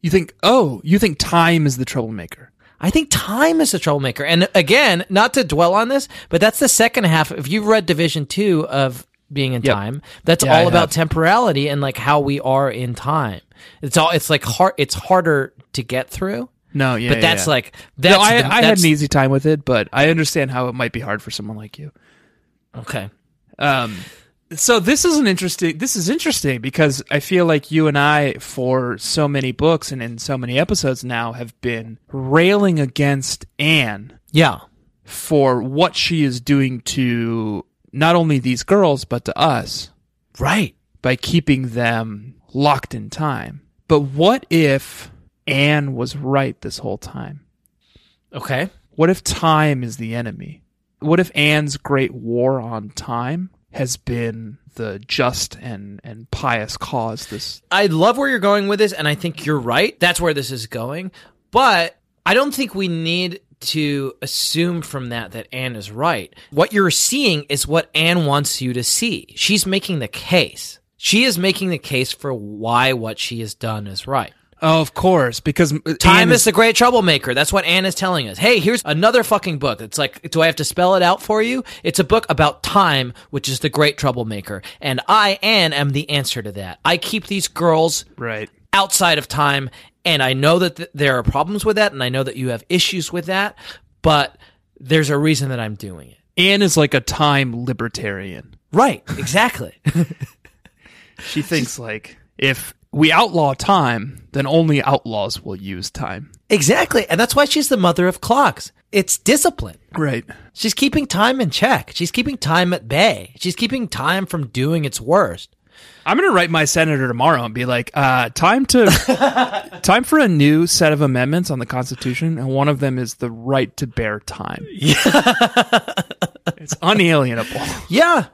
You think? Oh, you think time is the troublemaker?
I think time is a troublemaker. And again, not to dwell on this, but that's the second half. If you've read Division Two of Being in
Yep.
Time, that's
Yeah,
all
I
about
have.
temporality and like how we are in time. It's all it's like hard. It's harder to get through.
No, yeah.
but that's
yeah.
like that's
no, I,
the-
I had
that's-
an easy time with it, but I understand how it might be hard for someone like you.
okay.
Um, so this is an interesting. This is interesting because I feel like you and I, for so many books and in so many episodes now, have been railing against Anne
Yeah.
for what she is doing to not only these girls but to us
Right.
by keeping them locked in time. But what if Anne was right this whole time?
Okay.
What if time is the enemy? What if Anne's great war on time has been the just and, and pious cause this
I love where you're going with this, and I think you're right. That's where this is going. But I don't think we need to assume from that that Anne is right. What you're seeing is what Anne wants you to see. She's making the case. She is making the case for why what she has done is right.
Oh, of course, because
Time is the great troublemaker. That's what Anne is telling us. Hey, here's another fucking book. It's like, do I have to spell it out for you? It's a book about time, which is the great troublemaker. And I, Anne, am the answer to that. I keep these girls
right.
outside of time. And I know that th- there are problems with that. And I know that you have issues with that. But there's a reason that I'm doing it.
Anne is like a time libertarian.
Right. Exactly. [LAUGHS]
She thinks like if we outlaw time, then only outlaws will use time.
exactly. And that's why she's the mother of clocks. It's discipline.
Right.
She's keeping time in check. She's keeping time at bay. She's keeping time from doing its worst.
I'm gonna write my senator tomorrow and be like, uh, time to [LAUGHS] time for a new set of amendments on the Constitution, and one of them is the right to bear time. [LAUGHS] Yeah. it's unalienable.
Yeah.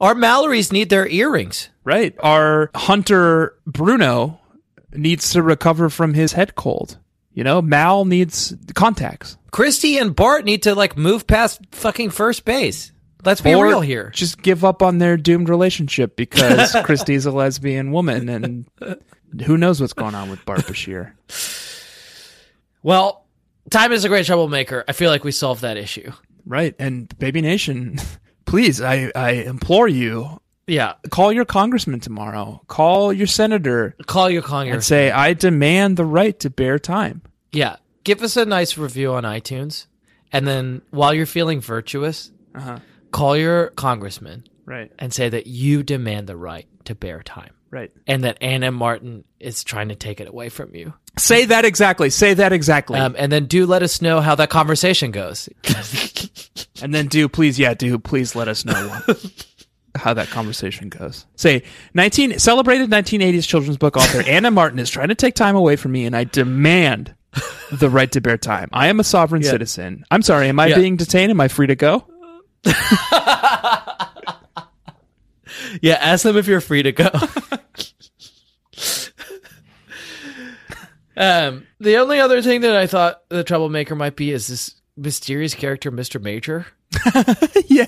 Our Mallorys need their earrings.
Right. Our hunter Bruno needs to recover from his head cold. You know, Mal needs contacts.
Christy and Bart need to like move past fucking first base. Let's be
Or
real here.
Just give up on their doomed relationship
[LAUGHS]
because Christie's a lesbian woman and who knows what's going on with Bart Bashir.
Well, time is a great troublemaker. I feel like we solved that issue.
Right. And Baby Nation, [LAUGHS] please, I, I implore you,
Yeah.
call your congressman tomorrow. Call your senator
Call your Conger.
and say, I demand the right to bear time.
yeah. Give us a nice review on iTunes. And then while you're feeling virtuous, call your congressman
Right.
and say that you demand the right to bear time
Right.
and that Anna Martin is trying to take it away from you.
Say that exactly. Say that exactly.
Um, and then do let us know how that conversation goes.
And then do please, yeah, do please let us [LAUGHS] know how that conversation goes. Say nineteen celebrated nineteen eighties children's book [LAUGHS] author Anna Martin is trying to take time away from me, and I demand the right to bear time. I am a sovereign citizen. I'm sorry, am I
Yeah.
being detained? Am I free to go?
[LAUGHS] yeah. Ask them if you're free to go. [LAUGHS] um, the only other thing that I thought the troublemaker might be is this mysterious character, Mr. Major.
Yeah,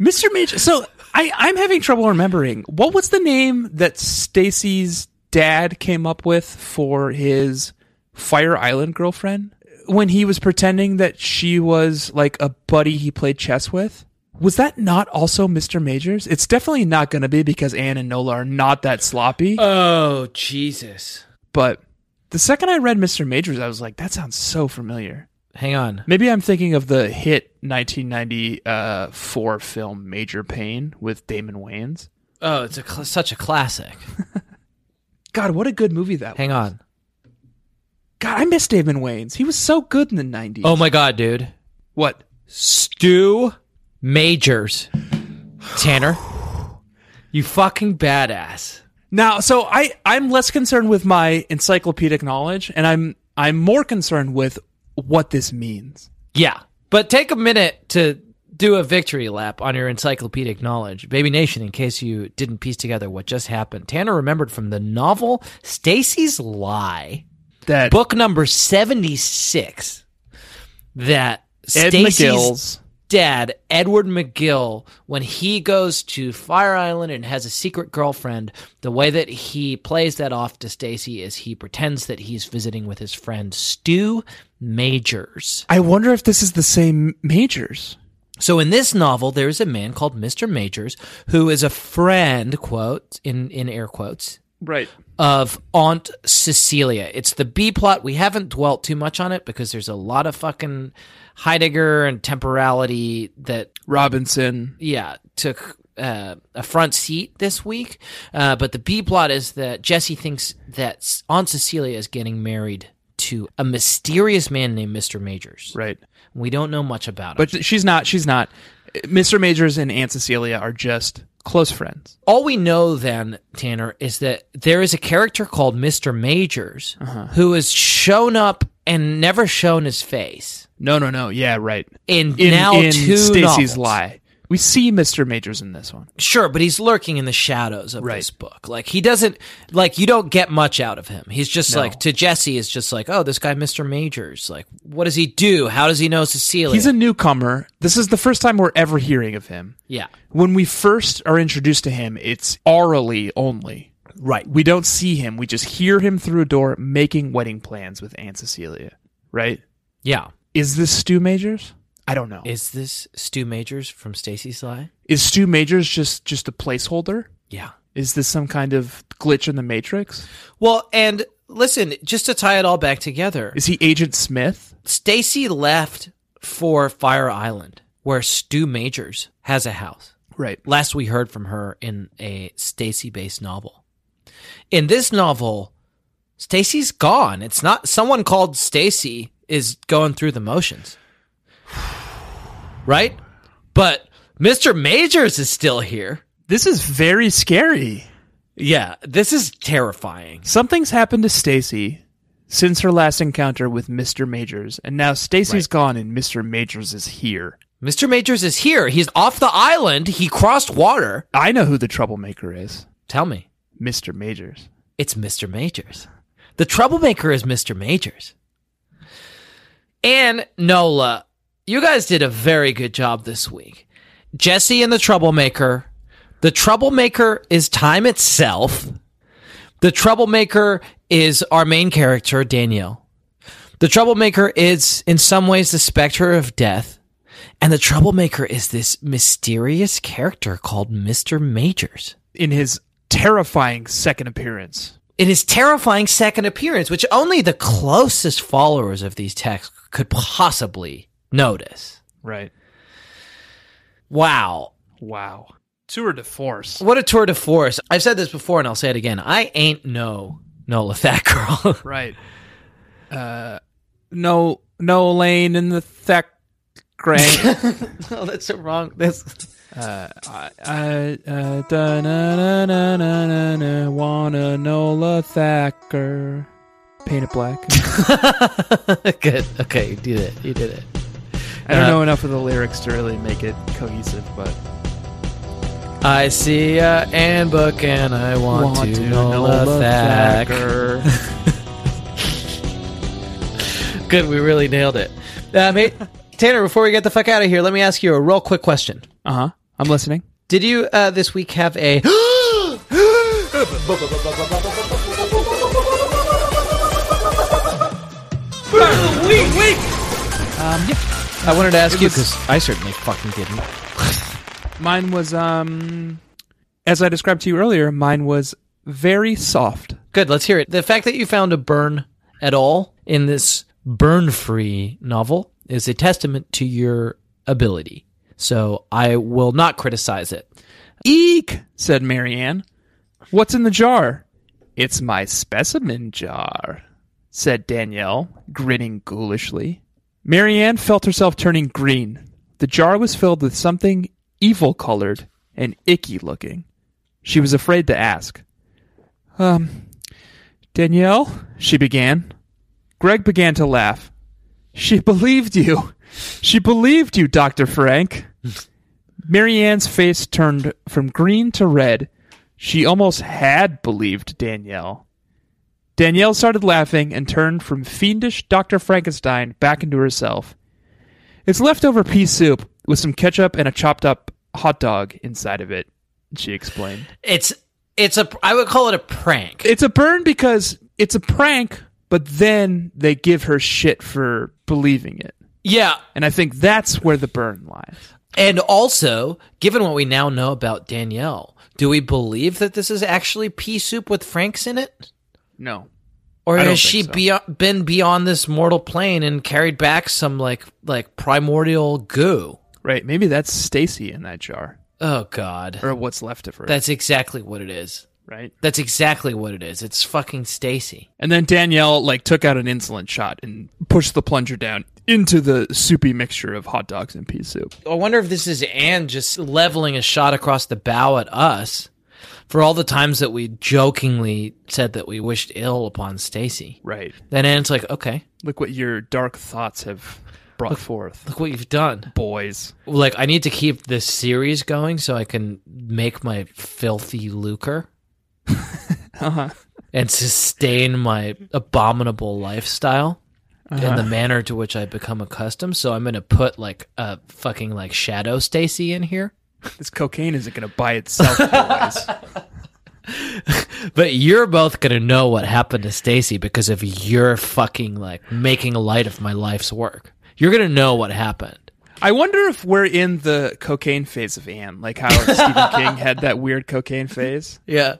Mr. Major. So I I'm having trouble remembering what was the name that Stacy's dad came up with for his Fire Island girlfriend when he was pretending that she was like a buddy he played chess with. Was that not also Mr. Majors? It's definitely not going to be because Anne and Nola are not that sloppy.
Oh, Jesus.
but the second I read Mr. Majors, I was like, that sounds so familiar.
Hang on.
Maybe I'm thinking of the hit 1994 film Major Pain with Damon Wayans.
Oh, it's a cl- such a classic.
God, what a good movie that was.
Hang on.
God, I miss Damon Wayans. He was so good in the 90s.
Oh my god, dude.
what?
Stu Majors. Tanner. [GASPS] You fucking badass.
Now, so I I'm less concerned with my encyclopedic knowledge and I'm I'm more concerned with what this means.
Yeah. But take a minute to do a victory lap on your encyclopedic knowledge. Baby Nation, in case you didn't piece together what just happened. Tanner remembered from the novel Stacy's Lie,
That
book number 76, that
Ed
Stacy's
McGill's
dad, Edward McGill, when he goes to Fire Island and has a secret girlfriend, the way that he plays that off to Stacy is he pretends that he's visiting with his friend Stu Majors.
I wonder if this is the same majors.
So in this novel, there is a man called Mr. Majors who is a friend, quote, in, in air quotes,
Right.
of Aunt Cecilia. It's the B plot. We haven't dwelt too much on it because there's a lot of fucking Heidegger and temporality that
Robinson.
yeah, took uh, a front seat this week. Uh, but the B plot is that Jesse thinks that S- Aunt Cecilia is getting married to a mysterious man named Mr. Majors.
Right.
We don't know much about him.
But she's not. She's not. Mr. Majors and Aunt Cecilia are just close friends.
all we know then, Tanner, is that there is a character called Mr. Majors
Uh-huh.
who has shown up and never shown his face.
No, no, no. Yeah, right.
In,
In,
now
in
two
Stacy's
novels.
lie, we see Mr. Majors in this one.
Sure, but he's lurking in the shadows of
Right.
this book. Like he doesn't like you don't get much out of him. He's just like to Jesse is just like, oh, this guy Mr. Majors. Like, what does he do? How does he know Cecilia?
He's a newcomer. This is the first time we're ever hearing of him.
yeah,
When we first are introduced to him, it's orally only.
right.
We don't see him. We just hear him through a door making wedding plans with Aunt Cecilia. Right?
Yeah.
Is this Stu Majors? I don't know. Is,
Is this Stu Majors from Stacy's Lie?
Stu Majors just just a placeholder?
Yeah.
Is this some kind of glitch in the matrix?
Well, and listen, just to tie it all back together,
Is he Agent Smith?
Stacy left for Fire Island, where Stu Majors has a house.
Right.
Last we heard from her in a Stacy based novel. In this novel, Stacy's gone. It's not someone called Stacy is going through the motions. Right? But Mr. Majors is still here.
This is very scary.
Yeah, this is terrifying.
Something's happened to Stacy since her last encounter with Mr. Majors, and now Stacy's gone and Mr. Majors is here.
Mr. Majors is here. He's off the island. He crossed water.
I know who the troublemaker is.
Tell me.
Mr. Majors.
It's Mr. Majors. The troublemaker is Mr. Majors. And Nola, you guys did a very good job this week. Jesse and the troublemaker. The troublemaker is time itself. The troublemaker is our main character, Danielle. The troublemaker is, in some ways, the specter of death. And the troublemaker is this mysterious character called Mr. Majors.
In his terrifying second appearance.
in his terrifying second appearance, which only the closest followers of these texts could possibly notice.
Right.
Wow.
Wow. Tour de force.
What a tour de force. I've said this before and I'll say it again. I ain't no Nola Fat Girl. [LAUGHS]
Right. Uh no no lane in the thick gray. [LAUGHS]
oh, that's so wrong. That's
I uh, da, na, na, na, na, na, na, wanna Nola Thacker. Paint it black.
[LAUGHS] good. Okay, you did it. You did it.
I don't know enough of the lyrics to really make it cohesive, but
I see a handbook and I want, to, Nola, Thack. Good, we really nailed it. Um, hey, Tanner, before we get the fuck out of here, let me ask you a real quick question.
Uh huh. I'm listening.
Did you uh, this week have a? [GASPS] I wanted to ask you because I certainly fucking didn't.
Mine was um, as I described to you earlier. Mine was very soft.
Good, let's hear it. The fact that you found a burn at all in this burn-free novel is a testament to your ability. So I will not criticize it.
Eek," said Marianne. "What's in the jar?" "It's my specimen jar," said Danielle, grinning ghoulishly. Marianne felt herself turning green. The jar was filled with something evil-colored and icky-looking. She was afraid to ask. Um, Danielle, she began. Greg began to laugh. She believed you. She believed you, Dr. Frank. Marianne's face turned from green to red. She almost had believed Danielle. Danielle started laughing and turned from fiendish Dr. Frankenstein back into herself. It's leftover pea soup with some ketchup and a chopped up hot dog inside of it, she explained.
It's it's a I would call it a prank.
It's a burn because it's a prank, but then they give her shit for believing it.
yeah,
And I think that's where the burn lies.
And also, given what we now know about Danielle, do we believe that this is actually pea soup with Franks in it?
No.
Or
I don't
has
think
she
so.
beo- been beyond this mortal plane and carried back some like like primordial goo?
Right, maybe that's Stacy in that jar.
Oh god.
Or what's left of her.
That's exactly what it is.
right?
That's exactly what it is. It's fucking Stacy.
And then Danielle like took out an insulin shot and pushed the plunger down into the soupy mixture of hot dogs and pea soup.
I wonder if this is Anne just leveling a shot across the bow at us for all the times that we jokingly said that we wished ill upon Stacy.
Right.
Then Anne's like, okay,
Look what your dark thoughts have brought forth,
look what you've done.
boys.
Like, I need to keep this series going so I can make my filthy [LAUGHS] lucre Uh-huh. and sustain my abominable lifestyle. In the manner to which I become accustomed, so I'm gonna put like a fucking like shadow Stacy in here.
This cocaine isn't going to buy itself, boys.
But you're both gonna know what happened to Stacy because of your fucking like making light of my life's work. You're gonna know what happened.
[LAUGHS] I wonder if we're in the cocaine phase of Anne, like [LAUGHS] how Stephen King had that weird cocaine phase.
Yeah.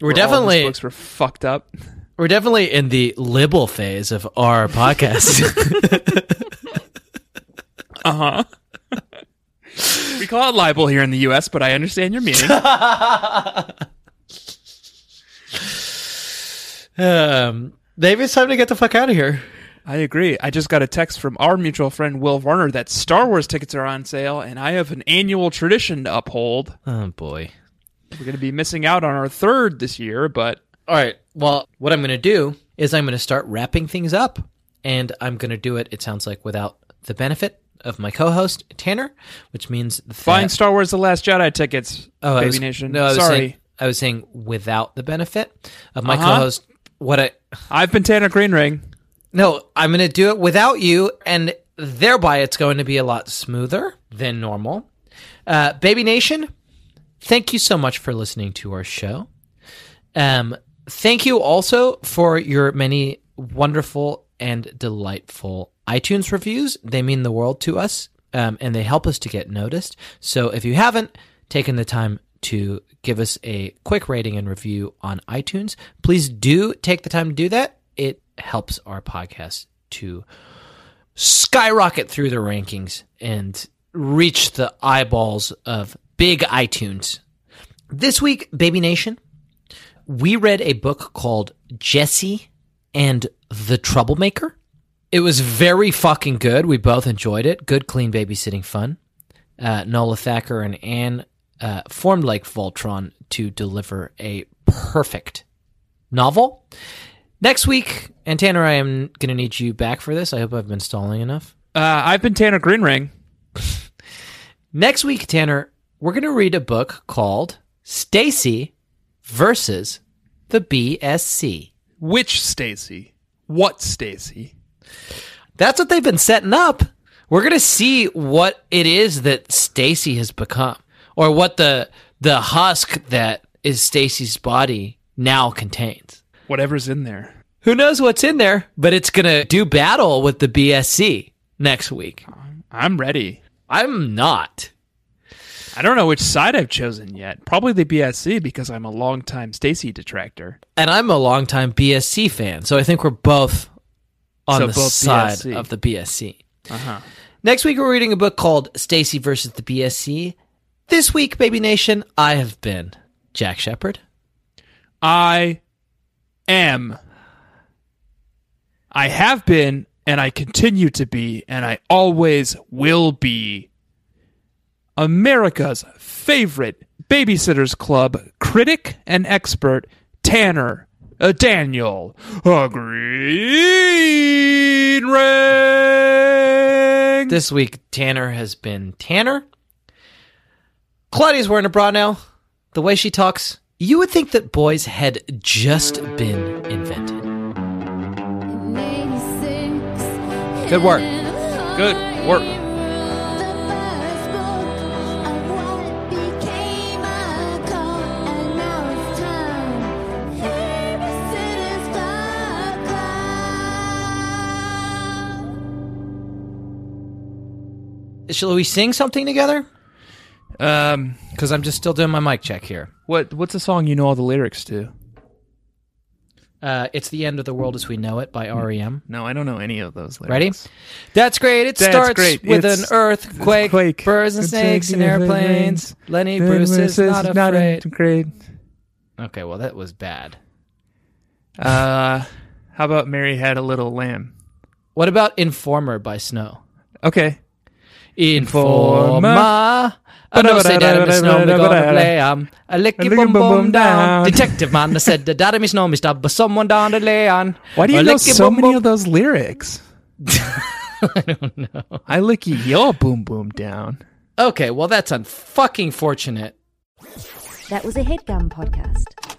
where
We're
all of his
definitely
books were fucked up.
we're definitely in the libel phase of
[LAUGHS]
our podcast.
We call it libel here in the U.S., but I understand your meaning.
um, maybe it's time to get the fuck out of here.
I agree. I just got a text from our mutual friend Will Varner that Star Wars tickets are on sale, and I have an annual tradition to uphold.
Oh boy.
We're going to be missing out on our third this year, but
All right. Well, what I'm gonna do is I'm gonna start wrapping things up, and I'm gonna do it. It sounds like without the benefit of my co-host Tanner, which means that-
buying Star Wars: The Last Jedi tickets,
Oh,
baby
I was,
nation.
No, I was
Sorry,
Saying, I was saying without the benefit of my
Uh-huh.
co-host. What I
I've been Tanner Greenring.
no, I'm going to do it without you, and thereby it's going to be a lot smoother than normal. Uh, Baby Nation, thank you so much for listening to our show. Um, thank you also for your many wonderful and delightful iTunes reviews. They mean the world to us, um, and they help us to get noticed. So if you haven't taken the time to give us a quick rating and review on iTunes, please do take the time to do that. It helps our podcast to skyrocket through the rankings and reach the eyeballs of big iTunes. This week, Baby Nation, we read a book called Jesse and the Troublemaker. It was very fucking good. We both enjoyed it. Good, clean babysitting fun. Uh, Nola Thacker and Anne uh, formed like Voltron to deliver a perfect novel. Next week, and Tanner, I am going to need you back for this. I hope I've been stalling enough.
Uh, I've been Tanner Greenring.
Next week, Tanner, we're going to read a book called Stacy versus the BSC.
Which Stacy? What Stacy?
That's what they've been setting up. We're gonna see what it is that Stacy has become, or what the the husk that is Stacy's body now contains.
Whatever's in there.
Who knows what's in there? But it's gonna do battle with the BSC next week.
I'm ready.
I'm not.
I don't know which side I've chosen yet. Probably the BSC because I'm a longtime Stacy detractor.
and I'm a longtime BSC fan, so I think we're both on
So
the
both
side
BSC.
of the BSC.
Uh-huh.
Next week, we're reading a book called Stacy versus the BSC. This week, Baby Nation, I have been Jack Shepard.
I am. I have been, and I continue to be, and I always will be America's favorite Babysitters Club critic and expert, Tanner uh, Daniel uh, Greenring.
This week, Tanner has been Tanner. Claudia's wearing a bra now. The way she talks, you would think that boys had just been invented. Good work.
Good work.
Shall we sing something together?
Um,
Because I'm just still doing my mic check here.
what what's a song you know all the lyrics to?
Uh, it's the end of the world as we know it by REM.
No, I don't know any of those lyrics.
Ready? That's great. It
That's
starts
great.
with
It's-
an earthquake,
quake.
birds and snakes and airplanes. Lenny Bruce is not afraid.
afraid.
Okay, well that was bad.
Uh, how about Mary had a little lamb?
What about Informer by Snow?
Okay.
Informer. I know say daddy me snow me gonna play um a licky boom boom down. Detective man I said the daddy me snow me stab but someone down the lay on.
Why do you
A
know
licky
so
boom
many
boom-
of those lyrics? [LAUGHS] I don't know. I licky your boom boom down.
Okay, well that's unfucking fortunate.
That was a headgum podcast.